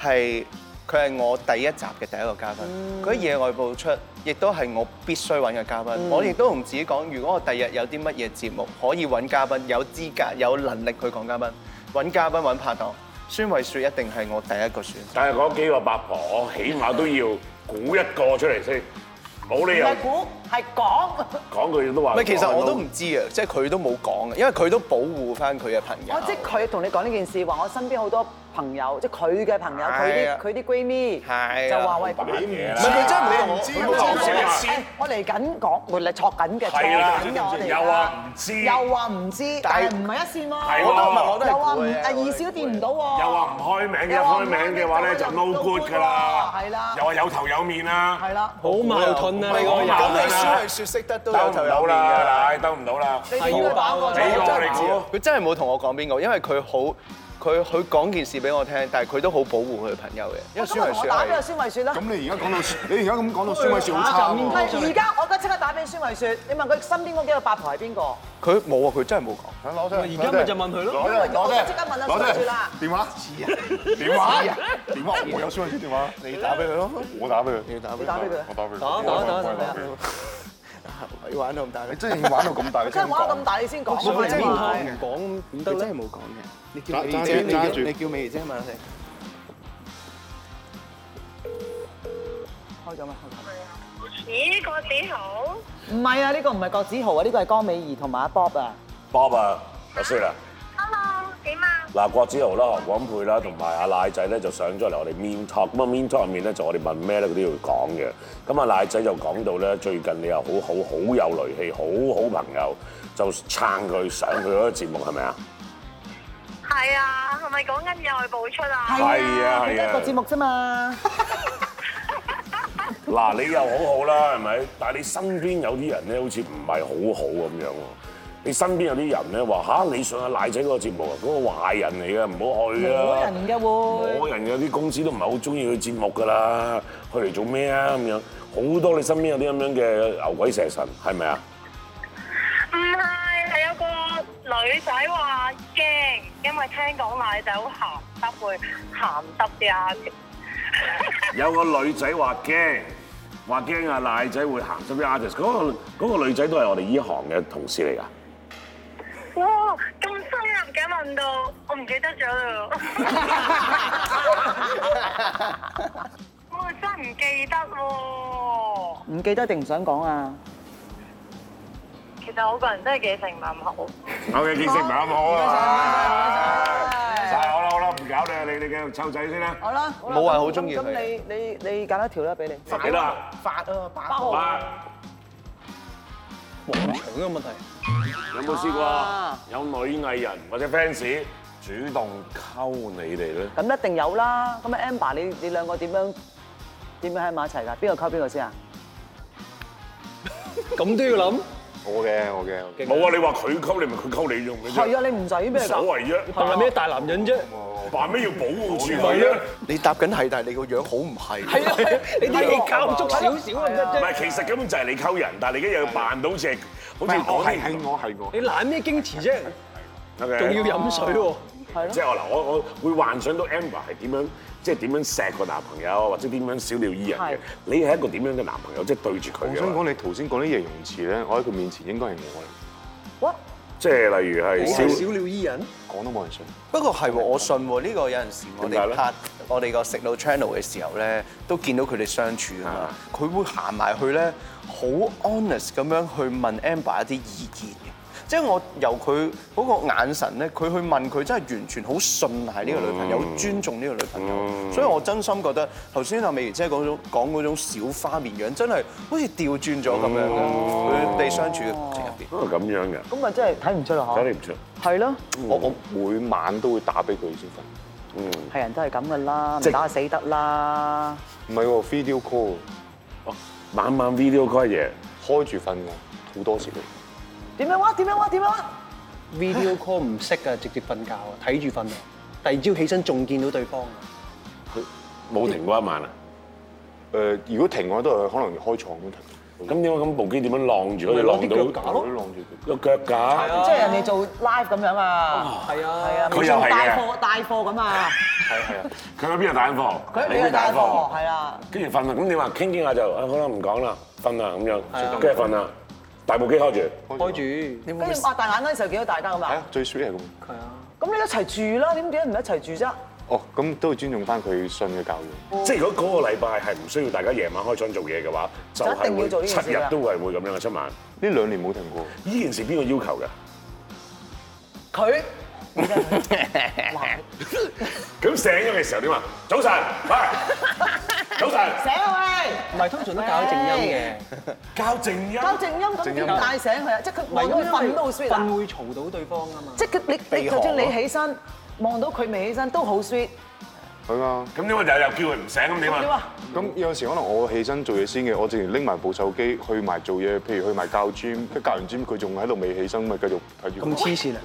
[SPEAKER 7] 係佢係我第一集嘅第一個嘉賓，佢喺野外播出，亦都係我必須揾嘅嘉賓。我亦都同自己講，如果我第日有啲乜嘢節目可以揾嘉賓，有資格有能力去講嘉賓，揾嘉賓揾拍檔，孫慧雪一定係我第一個選擇。
[SPEAKER 5] 但係嗰幾個八婆，我起碼都要估一個出嚟先，冇理
[SPEAKER 1] 唔
[SPEAKER 5] 由
[SPEAKER 1] 係估係講。
[SPEAKER 5] 講佢都話。
[SPEAKER 7] 唔係，其實我都唔知啊，即係佢都冇講嘅，因為佢都保護翻佢嘅朋友
[SPEAKER 1] 我。哦即係佢同你講呢件事，話我身邊好多朋友，即係佢嘅朋友，佢
[SPEAKER 7] 係
[SPEAKER 1] 啲
[SPEAKER 7] 啊
[SPEAKER 1] 佢啲閨蜜
[SPEAKER 7] 係啊
[SPEAKER 1] 就話喂，
[SPEAKER 5] 扮嘢
[SPEAKER 7] 唔係
[SPEAKER 5] 啦，
[SPEAKER 7] 佢真係冇同
[SPEAKER 6] 唔
[SPEAKER 7] 我
[SPEAKER 6] 知
[SPEAKER 1] 我
[SPEAKER 6] 喎
[SPEAKER 5] 頭
[SPEAKER 1] 嚟
[SPEAKER 5] 先話
[SPEAKER 1] 緊我嚟緊講，我嚟錯緊嘅，錯
[SPEAKER 5] 係啦
[SPEAKER 1] 緊嘅我哋。
[SPEAKER 7] 啊
[SPEAKER 1] 啊
[SPEAKER 5] 又話唔知
[SPEAKER 1] 又話唔知，但係唔係一線
[SPEAKER 5] 係
[SPEAKER 1] 喎。
[SPEAKER 5] 喎我都唔係我
[SPEAKER 7] 都係
[SPEAKER 1] 又話唔
[SPEAKER 7] 估嘅
[SPEAKER 1] 誒二小掂唔到喎。
[SPEAKER 5] 又話唔開名，一開名嘅話咧就 no good 㗎啦，
[SPEAKER 1] 係啦
[SPEAKER 5] 又話有頭有面啦。
[SPEAKER 1] 係啦，
[SPEAKER 4] 好矛盾啊！你個
[SPEAKER 5] 好矛
[SPEAKER 7] 咁
[SPEAKER 5] 盾
[SPEAKER 4] 人
[SPEAKER 5] 啊
[SPEAKER 7] 你孫慧雪識得都
[SPEAKER 5] 兜
[SPEAKER 7] 有
[SPEAKER 5] 唔
[SPEAKER 7] 頭
[SPEAKER 5] 到啊
[SPEAKER 7] 有面㗎啊啦。
[SPEAKER 5] 啦，兜唔到啦。
[SPEAKER 1] 你點解打我
[SPEAKER 5] 俾我哋估。
[SPEAKER 7] 佢真係冇同我講邊個，因為佢好佢佢講件事俾我聽，但係佢都好保護佢嘅朋友嘅，因為
[SPEAKER 1] 今日
[SPEAKER 7] 孫
[SPEAKER 1] 同
[SPEAKER 7] 慧
[SPEAKER 1] 啊我
[SPEAKER 7] 雪
[SPEAKER 1] 打俾阿
[SPEAKER 7] 係
[SPEAKER 1] 孫慧雪啦。
[SPEAKER 6] 咁你而家講到，你而家咁講到孫偉少好差
[SPEAKER 1] 唔
[SPEAKER 6] 喎。
[SPEAKER 1] 係而家，我而家即刻打俾孫慧雪。你問佢身邊嗰幾個八婆係邊個？
[SPEAKER 7] 佢冇啊，佢真係冇講，
[SPEAKER 6] 攞出
[SPEAKER 4] 而家咪就問佢咯。
[SPEAKER 6] 攞出嚟，攞出嚟，
[SPEAKER 1] 即刻問阿
[SPEAKER 6] 攞出
[SPEAKER 1] 孫慧雪啦
[SPEAKER 6] 嚟電話，電話，電話，我有孫偉少電話，你打俾佢咯，我打俾佢，你打
[SPEAKER 1] 你打俾佢
[SPEAKER 6] 我打俾佢，
[SPEAKER 4] 打打打打打
[SPEAKER 7] 你玩到咁大，
[SPEAKER 6] 你真係要玩到咁大，你
[SPEAKER 1] 即係
[SPEAKER 6] 先
[SPEAKER 1] 玩到
[SPEAKER 6] 講
[SPEAKER 1] 咁。大，你先講。
[SPEAKER 4] 我係邊
[SPEAKER 1] 係
[SPEAKER 4] 個唔講點得
[SPEAKER 7] 佢
[SPEAKER 4] 咧
[SPEAKER 7] 真係？冇講嘅。你叫美
[SPEAKER 6] 揸
[SPEAKER 7] 姐，你叫
[SPEAKER 6] 揸住
[SPEAKER 7] 你叫美姐問下
[SPEAKER 1] 開咗咩？
[SPEAKER 8] 咦，個子豪，
[SPEAKER 1] 唔係啊，呢個唔係郭子豪啊，呢個係江美儀同埋阿 Bob 啊。
[SPEAKER 5] Bob 啊，阿 Sir 啊，
[SPEAKER 8] Hello，點啊？
[SPEAKER 5] 嗱，郭子豪啦、何廣沛啦，同埋阿奶仔咧就上咗嚟我哋 Mean Talk。咁啊，Mean Talk 入面咧就我哋問咩咧，佢都要講嘅。咁啊，奶仔就講到咧，最近你又好好好有雷氣，好好朋友就撐佢上佢嗰個節目係咪啊？
[SPEAKER 8] 係啊，係咪講緊內部出啊？
[SPEAKER 5] 係啊
[SPEAKER 1] 佢
[SPEAKER 5] 係
[SPEAKER 1] 得一個
[SPEAKER 5] 啊。
[SPEAKER 1] 節目啫嘛，
[SPEAKER 5] 嗱，你又好好啦，係咪？但係你身邊有啲人咧，好似唔係好好咁樣喎。你身邊有啲人咧話吓，你上阿奶仔嗰個節目啊，嗰、個壞人嚟嘅，唔好去啊！
[SPEAKER 1] 冇人嘅會。
[SPEAKER 5] 我人有啲公司都唔係好中意佢節目㗎啦，去嚟做咩啊咁樣？好多你身邊有啲咁樣嘅牛鬼蛇神，係咪啊？
[SPEAKER 8] 唔係，係有個女仔話驚，因為聽講奶仔好鹹濕，會鹹濕啲啊。
[SPEAKER 5] 有個女仔話驚，話驚啊奶仔會鹹濕啲 artist，嗰、個嗰個女仔都係我哋依行嘅同事嚟㗎。
[SPEAKER 8] 哇，咁深入嘅問到，我唔記得咗 [laughs] 啦。我真係唔記得喎。
[SPEAKER 1] 唔記得定唔想講啊？
[SPEAKER 8] 其實我個人真係記性唔係咁好。
[SPEAKER 5] 我嘅見識唔啱好啊！晒好啦好啦，唔搞你，你你繼續湊仔先啦。
[SPEAKER 1] 好啦，好啦
[SPEAKER 7] 冇話
[SPEAKER 1] 咁
[SPEAKER 7] 好鍾意
[SPEAKER 1] 咁
[SPEAKER 7] 佢
[SPEAKER 1] 咁你你你揀一條啦，俾你。
[SPEAKER 5] 幾多啊？
[SPEAKER 3] 發啊，把
[SPEAKER 1] 八號
[SPEAKER 5] 八
[SPEAKER 4] 長嘅問題。
[SPEAKER 5] 有冇試過
[SPEAKER 1] 啊
[SPEAKER 5] 有女藝人或者 fans 主動溝你哋咧？
[SPEAKER 1] 咁一定有啦。咁啊，Amber，你你兩個點樣點樣喺埋一齊㗎？邊個溝邊個先啊？
[SPEAKER 4] 咁都要諗？
[SPEAKER 2] 我嘅我嘅，我嘅
[SPEAKER 5] 冇啊！你話佢溝你，咪佢溝你用嘅啫
[SPEAKER 1] 係。啊，你唔使咩
[SPEAKER 5] 所
[SPEAKER 1] 㗎？
[SPEAKER 5] 謂啫，
[SPEAKER 4] 扮咩大男人啫？
[SPEAKER 5] 扮咩要保護住佢啊？
[SPEAKER 7] 你答緊係，但係你個樣好唔係。
[SPEAKER 4] 係啊， [laughs] 你啲嘢靠足少少啊，唔得
[SPEAKER 5] 唔
[SPEAKER 4] 啫。
[SPEAKER 5] 係，其實根本就係你溝人，但係你而家又要扮到好似係好
[SPEAKER 2] 唔
[SPEAKER 5] 似
[SPEAKER 2] 係我
[SPEAKER 5] 講
[SPEAKER 2] 係係
[SPEAKER 5] 啲
[SPEAKER 2] 我係我
[SPEAKER 4] 你懶咩矜持啫？
[SPEAKER 5] ，OK，
[SPEAKER 4] 仲要飲水喎。
[SPEAKER 1] 係
[SPEAKER 5] 即
[SPEAKER 1] 咯，
[SPEAKER 5] 係我嗱，我我會幻想到 Amber 係點樣，即係點樣錫個男朋友，啊或者點樣小鳥依人嘅
[SPEAKER 1] 係。
[SPEAKER 5] 你係一個點樣嘅男朋友，即係對住佢
[SPEAKER 2] 我
[SPEAKER 5] 嘅
[SPEAKER 2] 想
[SPEAKER 5] 話。
[SPEAKER 2] 講你頭先講啲形容詞咧，我喺佢面前應該係我嚟，
[SPEAKER 1] 哇！
[SPEAKER 5] 即係例如係小
[SPEAKER 4] 小小鳥依人，
[SPEAKER 2] 講都冇人信。
[SPEAKER 7] 不過係喎，我信喎，呢個有陣時我
[SPEAKER 5] 點解
[SPEAKER 7] 哋
[SPEAKER 5] 咧
[SPEAKER 7] 拍我哋個食到 channel 嘅時候咧，都見到佢哋相處㗎嘛。
[SPEAKER 5] 啊
[SPEAKER 7] 佢會行埋去咧，好 honest 咁樣去問 Amber 一啲意見嘅。即係我由佢嗰個眼神咧，佢去問佢真係完全好信賴呢個女朋
[SPEAKER 5] 嗯
[SPEAKER 7] 友，好尊重呢個女朋友。所以我真心覺得頭先阿美儀姐講嗰種講嗰種小花綿羊，真係好似調轉咗咁樣嘅。
[SPEAKER 5] 嗯
[SPEAKER 7] 佢哋相處嘅過程入邊，
[SPEAKER 5] 啊咁樣嘅，
[SPEAKER 1] 咁咪真係睇唔出啦
[SPEAKER 5] 睇
[SPEAKER 1] 嗬。
[SPEAKER 5] 你唔出。
[SPEAKER 1] 係咯，
[SPEAKER 2] 我我每晚都會打俾佢先瞓，
[SPEAKER 1] 係人都係咁㗎啦，
[SPEAKER 5] 即
[SPEAKER 1] 唔
[SPEAKER 5] 係
[SPEAKER 1] 打死得啦。
[SPEAKER 2] 唔係喎 video call
[SPEAKER 5] 晚晚 video call 嘢，
[SPEAKER 2] 開住瞓㗎，好多時都。
[SPEAKER 1] 點樣哇？點樣哇？點樣哇？
[SPEAKER 4] video call 唔識啊，直接瞓覺啊，睇住瞓啊。第二朝起身仲見到對方啊，
[SPEAKER 5] 冇停過一晚啊！
[SPEAKER 2] 誒，如果停我都係可能開床咁停，
[SPEAKER 5] 咁點解咁部機點樣晾住？可以
[SPEAKER 4] 攞啲
[SPEAKER 5] 晾
[SPEAKER 4] 腳
[SPEAKER 5] 到
[SPEAKER 4] 架咯
[SPEAKER 2] 我都晾住佢。
[SPEAKER 5] 個腳架。
[SPEAKER 1] 即係啊人哋做 live 咁樣啊，
[SPEAKER 4] 係啊
[SPEAKER 1] 係啊，
[SPEAKER 5] 佢又係嘅
[SPEAKER 1] 帶貨帶貨咁啊，
[SPEAKER 2] 係係啊，
[SPEAKER 5] 佢嗰邊係蛋房，
[SPEAKER 1] 佢
[SPEAKER 5] 嗰
[SPEAKER 1] 你
[SPEAKER 5] 邊
[SPEAKER 1] 係帶貨，係啦，
[SPEAKER 5] 跟住瞓啦。咁你話傾傾下就啊，好啦，唔講啦，瞓啦咁
[SPEAKER 1] 啊
[SPEAKER 5] 樣，跟住瞓啦。大部機開住，
[SPEAKER 4] 開住
[SPEAKER 1] 跟住擘大眼嗰陣時候見到大家咁
[SPEAKER 2] 係
[SPEAKER 1] 啊，
[SPEAKER 2] 啊，最 sweet 係咁。
[SPEAKER 4] 係啊，
[SPEAKER 1] 咁你一齊住啦，點解唔一齊住啫？
[SPEAKER 2] 哦，咁都要尊重翻佢信嘅教育。
[SPEAKER 5] 即係如果嗰個禮拜係唔需要大家夜晚開窗做嘢嘅話，就
[SPEAKER 1] 就一定
[SPEAKER 5] 係
[SPEAKER 1] 要做
[SPEAKER 5] 會
[SPEAKER 1] 呢
[SPEAKER 5] 七
[SPEAKER 1] 件事
[SPEAKER 5] 日
[SPEAKER 1] 啦
[SPEAKER 5] 都係會咁樣嘅七晚。
[SPEAKER 2] 呢兩年冇停過，
[SPEAKER 5] 呢件事邊個要求㗎？
[SPEAKER 1] 佢
[SPEAKER 5] [laughs] 咁醒咗嘅時候點啊？早晨，喂，早晨，
[SPEAKER 1] 醒喂，
[SPEAKER 4] 唔係通常都教正音嘅，
[SPEAKER 5] 教靜音。
[SPEAKER 1] 交靜音咁點帶醒佢啊？即係佢
[SPEAKER 4] 唔係
[SPEAKER 1] 望到佢
[SPEAKER 4] 因為
[SPEAKER 1] 瞓都好 sweet
[SPEAKER 4] 瞓
[SPEAKER 1] 啊！
[SPEAKER 4] 會嘈到對方啊嘛。
[SPEAKER 1] 即係佢你你就算你起身望到佢未起身都好 sweet，
[SPEAKER 2] 係啊。
[SPEAKER 5] 咁點啊？又又叫佢唔醒咁點
[SPEAKER 1] 點
[SPEAKER 5] 啊？
[SPEAKER 1] 啊？
[SPEAKER 2] 咁有時可能我起身做嘢先嘅，我直情拎埋部手機去埋做嘢，譬如去埋教 gym，跟住教完 gym 佢仲喺度未起身，咪繼續睇住
[SPEAKER 4] 咁
[SPEAKER 2] 佢。
[SPEAKER 4] 黐線啊！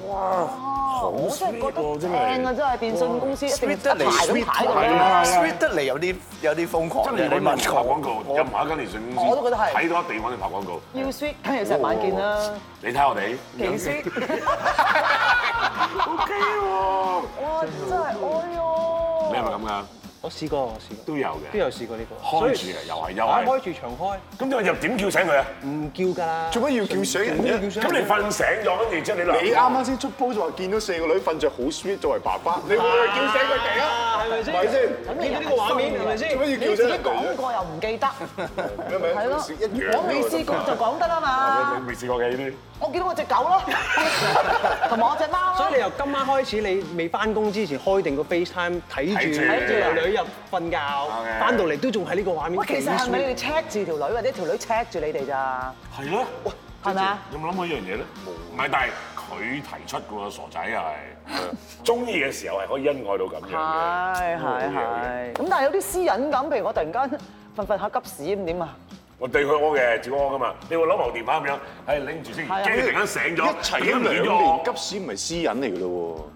[SPEAKER 1] 我真係覺得
[SPEAKER 5] 真
[SPEAKER 1] 正
[SPEAKER 5] 係
[SPEAKER 1] 啊！真係電信公司一定要
[SPEAKER 7] sweet
[SPEAKER 1] 一
[SPEAKER 7] 得嚟
[SPEAKER 1] 排咁排到
[SPEAKER 5] 係啊
[SPEAKER 1] 咧，
[SPEAKER 7] ，sweet 得嚟有啲有啲瘋狂嘅。
[SPEAKER 5] 真係
[SPEAKER 7] 你
[SPEAKER 5] 揾
[SPEAKER 7] 問
[SPEAKER 5] 人拍廣告，任何一間連信公司，
[SPEAKER 1] 我都覺得係
[SPEAKER 5] 睇到一定揾你拍廣告。
[SPEAKER 1] 要 sweet 梗係成晚見啦，
[SPEAKER 5] 你睇我哋
[SPEAKER 1] 幾 [laughs] sweet！
[SPEAKER 5] ，OK 喎。
[SPEAKER 1] 哇！真係哎呦
[SPEAKER 5] 你係咪咁㗎？
[SPEAKER 4] 我試過，我試過，
[SPEAKER 5] 都有嘅
[SPEAKER 4] 都有試過呢個。
[SPEAKER 5] 開住啊，又係又
[SPEAKER 4] 打
[SPEAKER 5] 係。
[SPEAKER 4] 開住長開，
[SPEAKER 5] 咁你又點叫醒佢啊？
[SPEAKER 4] 唔叫㗎啦。
[SPEAKER 2] 做乜要叫醒人啫？
[SPEAKER 5] 咁你瞓醒咗，跟住之後你
[SPEAKER 2] 你啱啱先出煲就話見到四個女瞓着好 sweet，作為爸爸，你會唔會叫醒佢哋啊？
[SPEAKER 4] 係咪先？
[SPEAKER 6] 咪先？
[SPEAKER 1] 咁你
[SPEAKER 3] 呢個畫面係咪先？
[SPEAKER 6] 做乜
[SPEAKER 1] 你
[SPEAKER 6] 要
[SPEAKER 1] 自
[SPEAKER 6] 叫
[SPEAKER 1] 己
[SPEAKER 6] 出嚟
[SPEAKER 1] 講？過又唔記得，
[SPEAKER 6] 你咪
[SPEAKER 1] 係咯
[SPEAKER 6] 一樣。
[SPEAKER 1] 我未試過就講得啦嘛。
[SPEAKER 6] 你未試過嘅呢
[SPEAKER 1] 我見到我只狗咯，同埋我只貓
[SPEAKER 4] 所以
[SPEAKER 1] 咯。
[SPEAKER 4] 你由今晚開始，你未翻工之前開定個 FaceTime 睇
[SPEAKER 6] 睇
[SPEAKER 4] 住
[SPEAKER 6] 住
[SPEAKER 4] 女女入瞓覺，
[SPEAKER 6] 嘅
[SPEAKER 4] 翻到嚟都仲係呢個畫面。
[SPEAKER 1] 喂，其實係咪
[SPEAKER 4] 幾
[SPEAKER 1] 你哋 check 住條女，或者條女 check 住你哋咋？
[SPEAKER 5] 係咯，喂，
[SPEAKER 1] 係咪啊？
[SPEAKER 5] 有冇諗過一樣嘢咧？唔係，但係佢提出嘅喎，傻仔係中意嘅時候係可以恩愛到咁樣嘅，
[SPEAKER 1] 係係係。咁但係有啲私隱咁，譬如我突然間瞓瞓下急屎咁點啊？
[SPEAKER 5] 我對佢我嘅照安噶嘛，你會攞部電話咁樣，係拎住先，
[SPEAKER 1] 係啊
[SPEAKER 5] 驚你突然間醒咗，
[SPEAKER 6] 一齊
[SPEAKER 5] 點
[SPEAKER 6] 咗
[SPEAKER 5] 唔見
[SPEAKER 6] 兩
[SPEAKER 5] 咗我
[SPEAKER 6] 年，急屎唔係私隱嚟嘅咯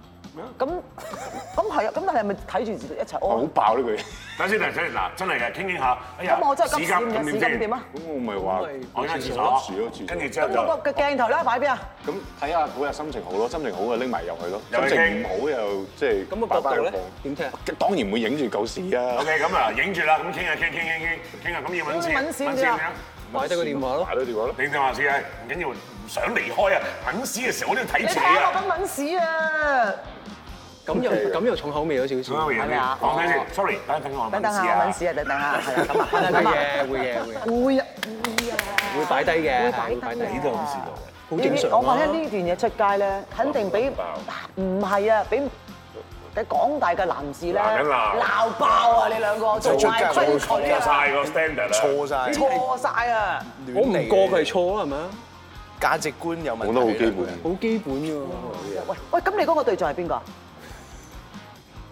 [SPEAKER 1] 咁 [laughs] 咁係啊，咁但係咪睇住自己一齊
[SPEAKER 6] 喎，好
[SPEAKER 1] 屙？
[SPEAKER 6] 爆呢句。
[SPEAKER 5] 等先，等先，嗱，真係嘅，傾傾下，哎呀，
[SPEAKER 1] 咁我真係急屎
[SPEAKER 5] 屎急
[SPEAKER 1] 嘅，屎咁點
[SPEAKER 5] 先？
[SPEAKER 1] 啊？
[SPEAKER 6] 咁我咪話
[SPEAKER 5] 我而家廁
[SPEAKER 6] 住咗住
[SPEAKER 5] 所，
[SPEAKER 6] 咗
[SPEAKER 5] 跟住之後
[SPEAKER 1] 咁
[SPEAKER 5] 就
[SPEAKER 1] 我個嘅鏡頭咧擺邊啊？
[SPEAKER 6] 咁睇下嗰日心情好咯，心情好就拎埋入去咯，
[SPEAKER 5] 又
[SPEAKER 6] 心
[SPEAKER 5] 係
[SPEAKER 6] 情唔好又即係
[SPEAKER 4] 咁嘅角度咧
[SPEAKER 6] 擺
[SPEAKER 4] 點聽？
[SPEAKER 6] 返入房當然唔會影住舊屎啊！
[SPEAKER 5] OK，咁啊，影住啦，咁傾下傾傾傾傾傾下，咁要揾
[SPEAKER 1] 要
[SPEAKER 5] 錢啊
[SPEAKER 1] 揾錢啊
[SPEAKER 5] 揾
[SPEAKER 1] 㗎
[SPEAKER 5] 錢
[SPEAKER 4] 擺低個電話咯。
[SPEAKER 6] 打咗電話咯，
[SPEAKER 5] 你就話事係唔緊要，唔想離開啊！揾屎嘅時候我都要睇
[SPEAKER 1] 你
[SPEAKER 5] 住
[SPEAKER 1] 睇
[SPEAKER 5] 你
[SPEAKER 1] 下
[SPEAKER 5] 啊
[SPEAKER 1] 我！咁撚屎啊！
[SPEAKER 4] 咁又咁又重口味咗少
[SPEAKER 5] 做
[SPEAKER 4] 少。
[SPEAKER 5] 乜嘢
[SPEAKER 1] 係咪啊
[SPEAKER 5] 先？講聽先，sorry，等等我
[SPEAKER 1] 等
[SPEAKER 5] 問
[SPEAKER 1] 等下，
[SPEAKER 5] 事
[SPEAKER 1] 我
[SPEAKER 5] 啊
[SPEAKER 1] 揾。屎啊！等等下，係啊，咁啊，係
[SPEAKER 4] 會
[SPEAKER 1] 啊咁啊。
[SPEAKER 4] 嘅，會嘅，會嘅，
[SPEAKER 1] 會啊！
[SPEAKER 4] 會擺低嘅，係會擺低
[SPEAKER 5] 呢
[SPEAKER 4] 嘅，
[SPEAKER 5] 度好似道嘅。
[SPEAKER 4] 好正常
[SPEAKER 1] 我話
[SPEAKER 4] 啦
[SPEAKER 1] 咧。呢段嘢出街咧，肯定俾唔係啊，俾嘅廣大嘅男士咧
[SPEAKER 5] 鬧緊鬧
[SPEAKER 1] 鬧爆啊！你兩個做
[SPEAKER 6] 出
[SPEAKER 1] 埋
[SPEAKER 6] 街
[SPEAKER 1] 規
[SPEAKER 6] 做
[SPEAKER 1] 矩
[SPEAKER 5] 錯
[SPEAKER 1] 啊，
[SPEAKER 5] 晒個 standard à. 啦，
[SPEAKER 7] 錯晒，
[SPEAKER 1] 錯晒啊！
[SPEAKER 4] 我唔過佢係錯啦，係咪啊？
[SPEAKER 7] 價值觀有問題。
[SPEAKER 6] 講得好基本。
[SPEAKER 4] 好基本嘅喎。
[SPEAKER 1] 喂喂，咁你嗰個對象係邊個啊？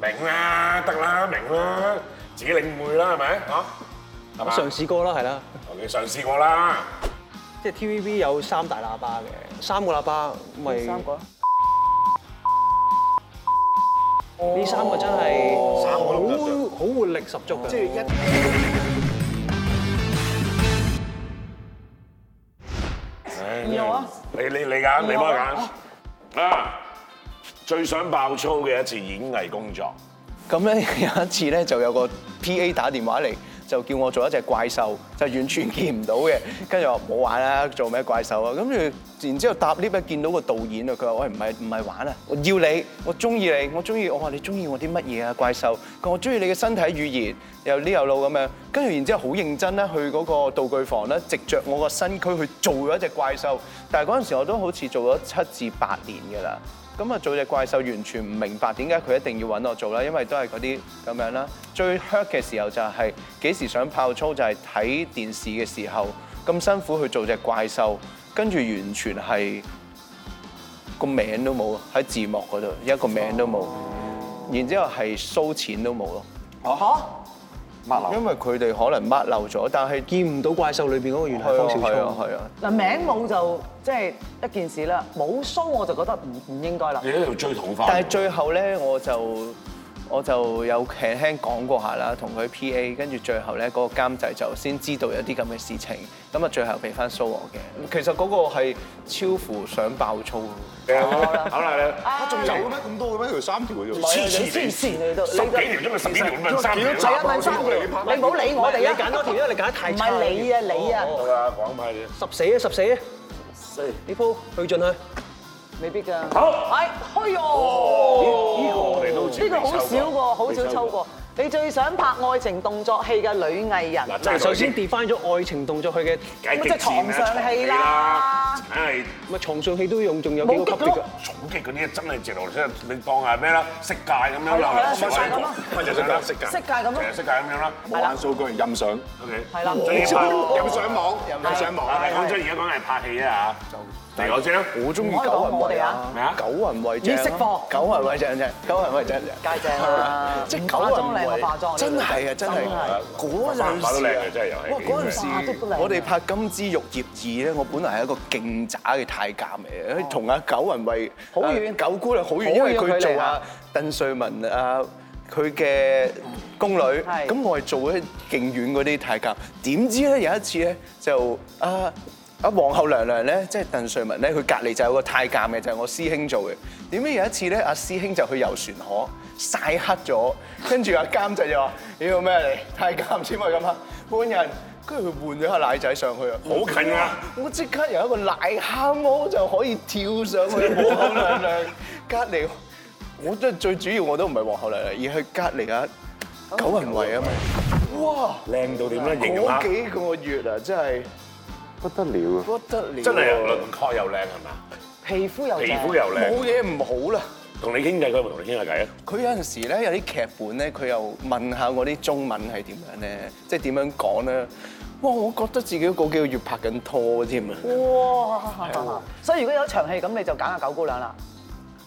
[SPEAKER 5] 明啦，得啦，明啦，自己領會啦，係咪啊？係
[SPEAKER 4] 我
[SPEAKER 5] 嘛？
[SPEAKER 4] 嘗試過啦，係啦，
[SPEAKER 5] 我哋嘗試過啦，
[SPEAKER 4] 即係 TVB 有三大喇叭嘅，三個喇叭咪
[SPEAKER 1] 三個。
[SPEAKER 4] 呢三個真係
[SPEAKER 5] 三個
[SPEAKER 4] 好
[SPEAKER 5] 都唔得㗎
[SPEAKER 4] 好活力十足嘅。即係一
[SPEAKER 1] 邊個啊？
[SPEAKER 5] 你你你揀，你幫我揀啊！最想爆粗嘅一次演藝工作，
[SPEAKER 7] 咁咧 [laughs] 有一次咧就有個 P.A. 打電話嚟，就叫我做一隻怪獸，就完全見唔到嘅。跟住我話冇玩啦，做咩怪獸啊？跟住然之後搭 lift 咧見到個導演啊，佢話：喂唔係唔係玩啊，我要你，我中意你，我中意我話你中意我啲乜嘢啊怪獸？佢話我中意你嘅身體語言，又呢又路咁樣。跟住然之後好認真咧去嗰個道具房咧，藉着我個身軀去做咗一隻怪獸。但係嗰陣時我都好似做咗七至八年㗎啦。咁啊做只怪獸完全唔明白點解佢一定要揾我做啦，因為都係嗰啲咁樣啦。最 hurt 嘅時候就係、幾時想爆粗就係睇電視嘅時候咁辛苦去做只怪獸，跟住完全係個名都冇喺字幕嗰度，一個名都冇，然之後係收錢都冇咯。嚇！
[SPEAKER 6] 漏
[SPEAKER 7] 因為佢哋可能掹漏咗，但係
[SPEAKER 4] 見唔到怪獸裏邊嗰個原來
[SPEAKER 7] 係
[SPEAKER 4] 方
[SPEAKER 7] 啊
[SPEAKER 4] 少
[SPEAKER 7] 係啊
[SPEAKER 4] 聰。
[SPEAKER 7] 係啊，
[SPEAKER 1] 嗱名冇就即係一件事啦，冇 show 我就覺得唔唔應該啦。
[SPEAKER 5] 你喺度追討翻。
[SPEAKER 7] 但係最後咧，我就我就有輕輕講過下啦，同佢 P.A. 跟住最後咧，嗰、個監製就先知道有啲咁嘅事情，咁啊最後俾翻 show 我嘅。其實嗰個係超乎想爆粗咯。
[SPEAKER 5] 好啦，
[SPEAKER 1] 啊
[SPEAKER 6] 仲有咩咁多嘅咩？條三條嘅啫
[SPEAKER 1] 你
[SPEAKER 6] 喎。
[SPEAKER 5] 黐線
[SPEAKER 1] 黐線你都
[SPEAKER 5] 十幾條中咪十幾條咁樣三條
[SPEAKER 1] 係啊，問三條，你唔好理我哋啊！
[SPEAKER 4] 你揀多條，因為你揀得太
[SPEAKER 1] 唔
[SPEAKER 4] 差。
[SPEAKER 1] 係你啊，你啊，
[SPEAKER 5] 好啦，講埋你。
[SPEAKER 4] 十四啊，十四啊，呢鋪去盡佢。
[SPEAKER 1] 未必㗎。
[SPEAKER 5] 好
[SPEAKER 1] 係，哎呦，
[SPEAKER 5] 呢個我哋都知
[SPEAKER 1] 呢個好少喎，好少抽過。你最想拍愛情動作戲嘅女藝人，
[SPEAKER 5] 嗱，真係
[SPEAKER 4] 首先 define 咗愛情動作佢嘅，
[SPEAKER 5] 梗
[SPEAKER 1] 咁
[SPEAKER 5] 係
[SPEAKER 1] 即係床上戲啦
[SPEAKER 5] 梗係
[SPEAKER 4] 咪床上戲都用，仲有幾個
[SPEAKER 1] 冇
[SPEAKER 4] 級
[SPEAKER 1] 極
[SPEAKER 4] 別
[SPEAKER 1] 咯
[SPEAKER 4] 㗎。
[SPEAKER 5] 總結嗰啲真係直落，即係你當係咩啦？色戒咁樣
[SPEAKER 1] 係
[SPEAKER 5] 啦
[SPEAKER 1] 啦係啦，
[SPEAKER 5] 所謂
[SPEAKER 1] 色戒咁啦
[SPEAKER 5] 咪就係啦，色戒，
[SPEAKER 1] 色戒咁咯
[SPEAKER 5] 係啊色戒咁樣啦。
[SPEAKER 6] 冇玩數據，任上，
[SPEAKER 5] OK，
[SPEAKER 1] 係啦
[SPEAKER 5] 最緊要
[SPEAKER 6] 任上網，任上網
[SPEAKER 5] 啊，大講真，而家講係拍戲啊嚇，嚟講先啦。
[SPEAKER 7] 我中意
[SPEAKER 1] 唔
[SPEAKER 7] 九
[SPEAKER 1] 可以講
[SPEAKER 7] 雲
[SPEAKER 1] 我
[SPEAKER 7] 慧
[SPEAKER 1] 哋
[SPEAKER 7] 啊
[SPEAKER 1] 啊
[SPEAKER 5] 咩啊，
[SPEAKER 7] 九雲慧正
[SPEAKER 1] 要識貨
[SPEAKER 7] 九雲慧正正，九雲慧正正。
[SPEAKER 1] 皆正啦，
[SPEAKER 7] [laughs] 即係九
[SPEAKER 1] 化
[SPEAKER 7] 雲
[SPEAKER 1] 妝靚過化妝，
[SPEAKER 7] 慧，真係啊，真係嗰陣
[SPEAKER 5] 化到
[SPEAKER 7] 時
[SPEAKER 5] 靚
[SPEAKER 7] 啊
[SPEAKER 5] 嘅真係又係
[SPEAKER 7] 哇嗰陣
[SPEAKER 1] 化得都靚
[SPEAKER 7] 時
[SPEAKER 1] 啊
[SPEAKER 7] 我哋拍《金枝玉葉二》咧，我本來係一個勁渣嘅太監嚟嘅，同阿九雲慧
[SPEAKER 1] 哦好遠
[SPEAKER 7] 啊九姑娘好
[SPEAKER 1] 好
[SPEAKER 7] 遠，
[SPEAKER 1] 遠
[SPEAKER 7] 因為
[SPEAKER 1] 距
[SPEAKER 7] 佢
[SPEAKER 1] 離
[SPEAKER 7] 做阿
[SPEAKER 1] 啊
[SPEAKER 7] 鄧瑞文啊佢嘅宮女，
[SPEAKER 1] 係
[SPEAKER 7] 咁我係做咗勁遠嗰啲太監，點知咧有一次咧就啊啊皇后娘娘咧，即係鄧瑞文咧，佢隔離就有個太監嘅，就係、我師兄做嘅。點解有一次咧，阿師兄就去遊船河曬黑咗，跟住阿監製就話：妖咩嚟？太監先咪咁啊！官人，跟住佢換咗個奶仔上去啊！
[SPEAKER 5] 好近啊！
[SPEAKER 7] 我即刻由一個癞蛤蟆就可以跳上去
[SPEAKER 5] [laughs]
[SPEAKER 7] 皇后娘娘隔離，我真係最主要我都唔係皇后娘娘，而係隔離啊
[SPEAKER 5] 哦
[SPEAKER 7] 九人圍啊嘛，
[SPEAKER 5] 靚到點咧？型啦
[SPEAKER 7] 嗰，幾個月啊，真係
[SPEAKER 2] 不得了啊！
[SPEAKER 7] 不得了啊，
[SPEAKER 5] 真係輪廓又靚係咪啊？
[SPEAKER 1] 皮膚又
[SPEAKER 5] 皮
[SPEAKER 1] 正
[SPEAKER 5] 膚又靚，
[SPEAKER 7] 冇嘢唔好啦。
[SPEAKER 5] 同你傾偈佢有冇同你傾下偈啊？
[SPEAKER 7] 佢有陣時咧有啲劇本咧，佢又問下我啲中文係點樣咧，即係點樣講咧。哇！我覺得自己嗰幾個月拍緊拖添啊！
[SPEAKER 1] 哇！所以如果有一場戲咁，你就揀下九姑娘啦。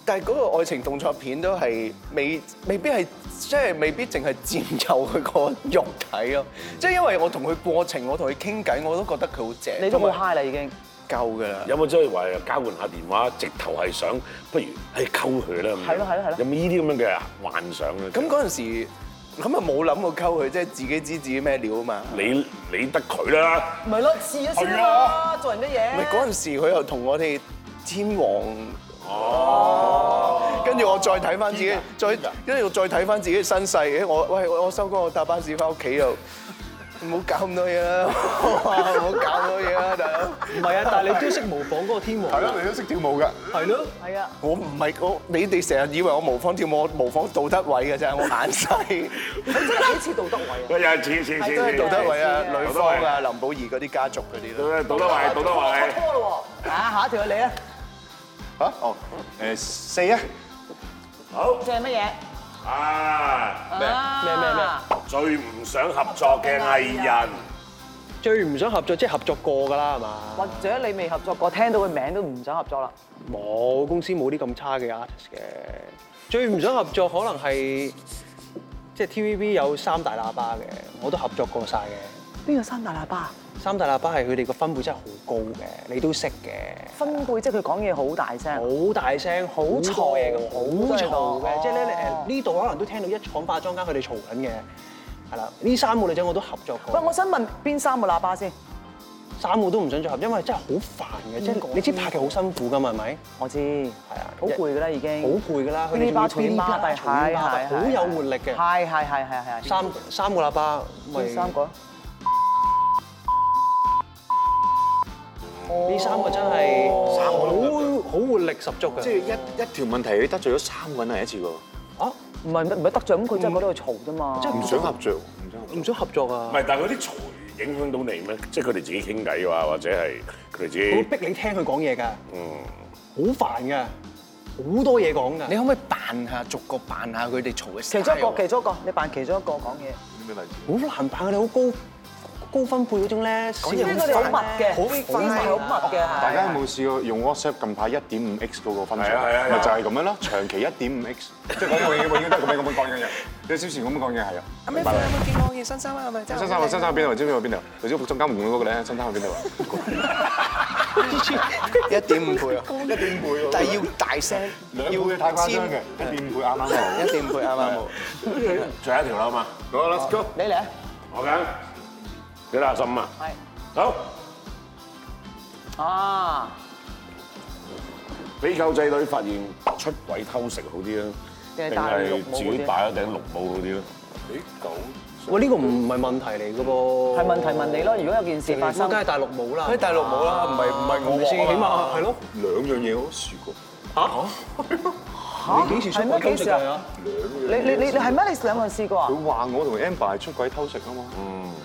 [SPEAKER 7] 但係嗰個愛情動作片都係未未必係即係未必淨係佔有佢個肉體咯， [laughs] 即係因為我同佢過程，我同佢傾偈，我都覺得佢好正，
[SPEAKER 1] 你都好
[SPEAKER 7] 同埋
[SPEAKER 1] high 啦已經。
[SPEAKER 7] 夠㗎啦。
[SPEAKER 5] 有冇即係話交換下電話，直頭係想不如係溝佢啦？咁樣
[SPEAKER 1] 係咯係咯係咯
[SPEAKER 5] 有冇呢啲咁樣嘅幻想咧？
[SPEAKER 7] 咁嗰陣時咁啊冇諗過溝佢，即係自己知自己咩料啊嘛。
[SPEAKER 5] 你你得佢啦，
[SPEAKER 1] 咪咯，試一試啦，做人嘅嘢。
[SPEAKER 7] 咪嗰陣時佢又同我哋天王哦，跟住我再睇翻自己，再跟住我再睇翻自己嘅身世，咦我喂我我收工我搭巴士翻屋企又。唔好搞咁多嘢啦， [laughs] 唔好搞咁多嘢啦，大佬。
[SPEAKER 4] 唔係啊，但係你都識模仿嗰個天王
[SPEAKER 6] 係，咯，你都識跳舞㗎。
[SPEAKER 4] 係咯，
[SPEAKER 1] 係啊，
[SPEAKER 7] 我唔係我，你哋成日以為我模仿跳舞，我模仿杜德偉嘅啫，我眼 [laughs] 細，
[SPEAKER 1] 你真係幾似杜德偉啊！
[SPEAKER 5] 有人似似似
[SPEAKER 7] 都係杜德偉啊、
[SPEAKER 1] 係啊
[SPEAKER 7] 呂方啊、林保怡嗰啲家族嗰啲咯。
[SPEAKER 5] 杜德偉，杜德偉
[SPEAKER 1] 拍。拖咯喎，啊下一條係你啊，
[SPEAKER 6] 嚇
[SPEAKER 2] Ờ,
[SPEAKER 6] 哦，誒四啊，
[SPEAKER 5] 好
[SPEAKER 1] 即係乜嘢？
[SPEAKER 5] 啊！
[SPEAKER 1] 咩咩咩？
[SPEAKER 5] 最唔想合作嘅藝人，
[SPEAKER 4] 最唔想合作即係合作過㗎啦，係嘛？
[SPEAKER 1] 或者你未合作過，聽到佢名都唔想合作啦。
[SPEAKER 4] 冇公司冇啲咁差嘅 artist 嘅，最唔想合作可能係即係 TVB 有三大喇叭嘅，我都合作過晒嘅。
[SPEAKER 1] 邊個三大喇叭？
[SPEAKER 4] 三大喇叭係佢哋個分貝真係好高嘅，你都識嘅，
[SPEAKER 1] 分貝即係佢講嘢好大聲，
[SPEAKER 4] 好大聲，好多嘢咁，好嘈
[SPEAKER 1] 哦
[SPEAKER 4] 嘅，即係咧誒呢度可能都聽到一廠化妝間佢哋嘈緊嘅，係啦，呢三個女仔我都合作過。
[SPEAKER 1] 喂，我想問邊三個喇叭先？
[SPEAKER 4] 三個都唔想再合，因為真係好煩嘅，即係你知拍劇好辛苦㗎嘛，係咪？
[SPEAKER 1] 我知，係
[SPEAKER 4] 啊
[SPEAKER 1] 好攰㗎啦已經。
[SPEAKER 4] 好攰㗎啦，佢
[SPEAKER 1] 呢
[SPEAKER 4] 哋
[SPEAKER 1] 巴
[SPEAKER 4] 仲
[SPEAKER 1] 斷
[SPEAKER 4] 要
[SPEAKER 1] 巴閉，
[SPEAKER 4] tweet
[SPEAKER 1] 係
[SPEAKER 4] 巴
[SPEAKER 1] 係
[SPEAKER 4] 閉好有活力嘅。
[SPEAKER 1] 係係係係係。
[SPEAKER 4] 三三個喇叭，咪
[SPEAKER 1] 邊三個？
[SPEAKER 4] 呢三個真係好好活力十足嘅。
[SPEAKER 2] 即係一一條問題，你得罪咗三個人係一次過，
[SPEAKER 4] 啊，
[SPEAKER 1] 唔係唔係得罪咁，佢真係覺得佢嘈啫嘛。
[SPEAKER 4] 即係
[SPEAKER 2] 唔想合作，唔想合作
[SPEAKER 4] 唔。想合作
[SPEAKER 5] 唔
[SPEAKER 4] 啊，
[SPEAKER 5] 係，但係嗰啲嘈影響到你咩？即係佢哋自己傾偈啊，或者係佢哋自
[SPEAKER 4] 佢會
[SPEAKER 5] 己
[SPEAKER 4] 逼你聽佢講嘢㗎，
[SPEAKER 5] 嗯。
[SPEAKER 4] 好煩㗎，好多嘢講㗎。
[SPEAKER 7] 你可唔可以扮下逐個扮下佢哋嘈嘅
[SPEAKER 1] 其中一
[SPEAKER 7] style
[SPEAKER 1] 個
[SPEAKER 7] 啊，
[SPEAKER 1] 其中一個，你扮其中一個講嘢。
[SPEAKER 6] 咩例子？
[SPEAKER 4] 你好難扮，你好高高分貝嗰種咧，
[SPEAKER 1] 因為佢哋好密嘅，好密好密嘅，
[SPEAKER 2] 大
[SPEAKER 1] 係
[SPEAKER 2] 家有冇試過用 WhatsApp 近排一點五 X 嗰個分
[SPEAKER 5] 係
[SPEAKER 2] 享？
[SPEAKER 5] 啊係啊係啊
[SPEAKER 2] 咪就係咁樣咯，長期一點五 X，即係講嘢永遠都係咁樣咁樣講嘅嘢，有少少咁樣講嘢係啊。明白啦新衫啊，新衫喺邊度？知唔知去邊度？頭先服裝監門嗰個咧，新衫去邊度啊？
[SPEAKER 7] 一點五倍啊，一點五倍喎，但係要大聲，
[SPEAKER 2] 兩倍嘅太誇張嘅，一點五倍啱啱好。
[SPEAKER 7] 一點五倍啱啱好。
[SPEAKER 5] 最後一條啦嘛，
[SPEAKER 2] 好，let's go。
[SPEAKER 1] 你嚟啊！
[SPEAKER 5] 我緊幾多十五啊？
[SPEAKER 1] 係
[SPEAKER 5] 好，
[SPEAKER 1] 啊，
[SPEAKER 5] 俾狗仔女發現出軌偷食好啲啊，
[SPEAKER 1] 定係
[SPEAKER 5] 定
[SPEAKER 1] 戴綠
[SPEAKER 5] 係
[SPEAKER 1] 帽
[SPEAKER 5] 自己戴一頂綠帽好啲啊咧？俾狗
[SPEAKER 4] 喂，呢個唔係問題嚟㗎
[SPEAKER 1] 係
[SPEAKER 4] 噃。
[SPEAKER 1] 問題問你咯。如果有件事發生
[SPEAKER 4] 梗，係大陸冇啦。
[SPEAKER 7] 喺大陸冇啦，唔係唔係我
[SPEAKER 4] 先，起
[SPEAKER 7] 喎。
[SPEAKER 4] 碼係咯。
[SPEAKER 2] 兩樣嘢我都試過，
[SPEAKER 4] 你幾時出
[SPEAKER 1] 係
[SPEAKER 4] 過
[SPEAKER 1] 咩
[SPEAKER 4] 金
[SPEAKER 1] 幾
[SPEAKER 4] 食
[SPEAKER 1] 時啊
[SPEAKER 4] 㗎？啊
[SPEAKER 1] 你你你你係咩？你兩個人試過啊？
[SPEAKER 2] 佢話我同 Amber 係出軌偷食啊嘛。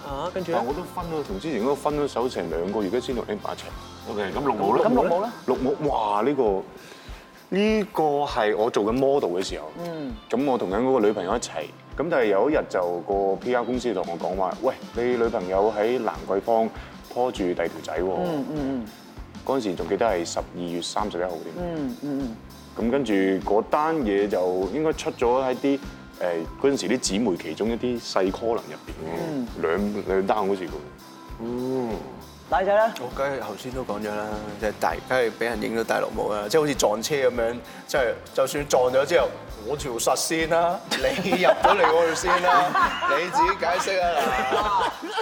[SPEAKER 4] 啊，跟住
[SPEAKER 2] 但
[SPEAKER 4] 咧
[SPEAKER 2] 我都分咗，同之前嗰個分咗手成兩個月，而家先同 Amber 一齊。
[SPEAKER 5] ，OK，咁綠帽咧？
[SPEAKER 1] 咁綠帽咧？
[SPEAKER 2] 綠帽，哇！呢、個呢、個係我做緊 model 嘅時候，咁、我同緊嗰個女朋友一齊，咁但係有一日就個 PR 公司同我講話，喂，你女朋友喺蘭桂坊拖住第二條仔喎，嗰陣時仲記得係十二月三十一號添，
[SPEAKER 1] 嗯嗯
[SPEAKER 2] 咁跟住嗰單嘢就應該出咗喺啲誒嗰陣時啲姊妹其中一啲細 column 入邊，兩兩單好似咁。
[SPEAKER 1] 嗯，大仔咧，
[SPEAKER 7] 我梗係頭先都講咗啦，即係大，梗係俾人影到大陸冇啦，即係好似撞車咁樣，即係就算撞咗之後，我條實先啦， [laughs] 你入咗嚟我度 [laughs] 先啦，你自己解釋啊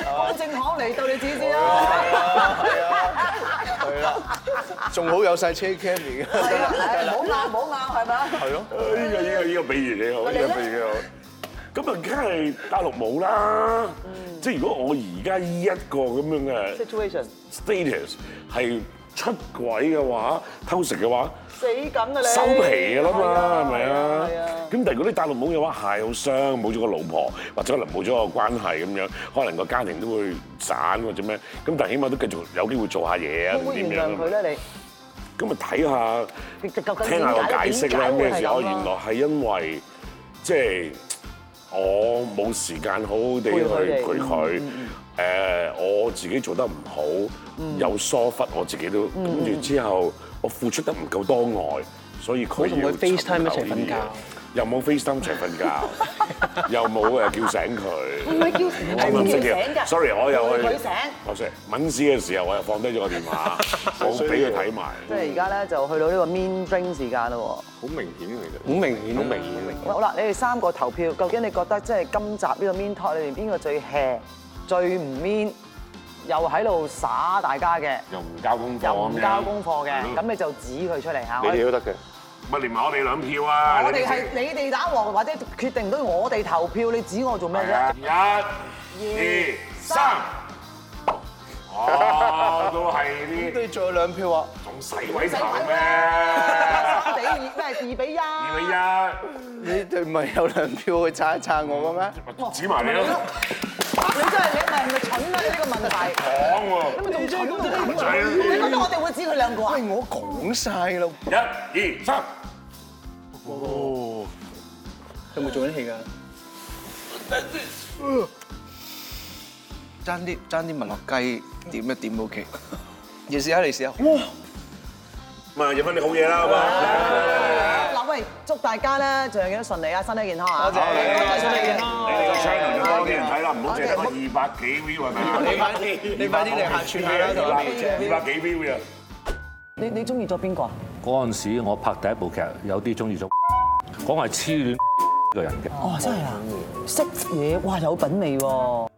[SPEAKER 1] 我正行嚟到你指知啦。
[SPEAKER 7] 嗱，係啦，仲好有晒車 cam 而家，
[SPEAKER 1] 係啊係啊唔好拗唔好拗係咪啊？
[SPEAKER 7] 係咯，
[SPEAKER 5] 呢個呢個呢個比喻你好，呢個比喻你好。咁啊，梗係大陸冇啦。
[SPEAKER 1] 嗯
[SPEAKER 5] 即係如果我而家依一個咁樣嘅
[SPEAKER 1] Situation
[SPEAKER 5] status 係出軌嘅話、偷食嘅話，
[SPEAKER 1] 死緊啊你！
[SPEAKER 5] 收皮㗎啦嘛，係咪啊
[SPEAKER 1] 係啊？
[SPEAKER 5] 咁但係如果你大陸冇嘅話，係好傷，冇咗個老婆，或者可能冇咗個關係咁樣，可能個家庭都會散或者咩，咁但係起碼都繼續有機會做下嘢啊，
[SPEAKER 1] 會唔會原
[SPEAKER 5] 定點樣
[SPEAKER 1] 諒佢
[SPEAKER 5] 咁
[SPEAKER 1] 咧？你
[SPEAKER 5] 咁咪睇下。
[SPEAKER 1] 你究竟
[SPEAKER 5] 聽下我解釋咧，咩事？我
[SPEAKER 1] 可
[SPEAKER 5] 原來係因為即係哦我冇時間好好地去陪
[SPEAKER 1] 嗯
[SPEAKER 5] 佢。誒，我自己做得唔好，
[SPEAKER 1] 嗯
[SPEAKER 5] 有疏忽我自己都，跟住之後我付出得唔夠多愛，所以佢
[SPEAKER 4] 冇同佢
[SPEAKER 5] 要
[SPEAKER 4] FaceTime
[SPEAKER 5] 尋求
[SPEAKER 4] 一齊瞓
[SPEAKER 5] 呢啲嘢
[SPEAKER 4] 覺
[SPEAKER 5] 又冇 FaceTime 一齊瞓
[SPEAKER 1] [laughs]
[SPEAKER 5] 覺，又冇誒叫醒
[SPEAKER 1] 唔
[SPEAKER 5] 佢。
[SPEAKER 1] 係叫
[SPEAKER 5] 我
[SPEAKER 1] 係
[SPEAKER 5] 唔
[SPEAKER 1] 唔
[SPEAKER 5] 識
[SPEAKER 1] 叫
[SPEAKER 5] 嘅
[SPEAKER 1] 醒㗎。
[SPEAKER 5] ，sorry，我又去
[SPEAKER 1] 佢醒。
[SPEAKER 5] 我識抿屎嘅時候，我又放低咗個電
[SPEAKER 1] [laughs]
[SPEAKER 5] 話，冇俾佢睇埋。
[SPEAKER 1] 即係而家咧就去到呢個 mean drink 時間咯
[SPEAKER 2] 好明顯嘅其實。
[SPEAKER 4] 好明顯，啊好明
[SPEAKER 2] 顯
[SPEAKER 1] 喎。好啦，你哋三個投票，究竟你覺得即係今集呢個 mean talk 裏邊邊個最 hea、最唔 mean，又喺度耍大家嘅，
[SPEAKER 2] 又唔交功課
[SPEAKER 1] 又唔
[SPEAKER 2] 咁
[SPEAKER 1] 交
[SPEAKER 2] 樣，
[SPEAKER 1] 功課嘅，咁你就指佢出嚟嚇。
[SPEAKER 2] 你哋都得嘅。
[SPEAKER 5] 咪連埋我哋兩票啊！
[SPEAKER 1] 我哋係你哋打和，或者決定到我哋投票，你指我做咩啫？
[SPEAKER 5] 一、二、三。哦，都係啲
[SPEAKER 7] 你仲有兩票啊！
[SPEAKER 5] 仲使位投咩？
[SPEAKER 1] [laughs] 三比二咩？二比一。
[SPEAKER 5] 二
[SPEAKER 1] 二
[SPEAKER 5] 比一，
[SPEAKER 7] 你哋唔係有兩票去撐一撐我嘅咩？
[SPEAKER 5] 指埋你咯，
[SPEAKER 1] 你真係你咪咪蠢啊啦！你呢個問題，
[SPEAKER 5] 講
[SPEAKER 1] 咁
[SPEAKER 5] 喎。
[SPEAKER 1] 咪仲蠢到你
[SPEAKER 5] 蠢啊
[SPEAKER 1] 你覺得我哋會指佢兩個啊
[SPEAKER 7] 喂，？我講晒啦，
[SPEAKER 5] 一、二、三。
[SPEAKER 4] 有冇做緊戲㗎？
[SPEAKER 7] 爭啲爭啲文樂雞點一點 [laughs] OK。你試下，你試下。
[SPEAKER 5] 咁啊，入翻啲好嘢啦，好嘛？
[SPEAKER 1] 嗱喂，祝大家咧，仲有幾多順利啊，身體健康啊！多謝，身體健康。
[SPEAKER 5] 你個 channel 就多啲人睇啦，唔好淨係得個二百幾 view à 係咪？
[SPEAKER 7] 快啲，你快啲嚟客串下啦，同阿姐。
[SPEAKER 5] 二百幾 view à? 啊！
[SPEAKER 1] 你你中意咗邊個啊？
[SPEAKER 9] 嗰陣時我拍第一部劇，有啲中意咗，講係痴戀個人嘅。
[SPEAKER 1] 哦，真係啊！識嘢，哇，有品味喎！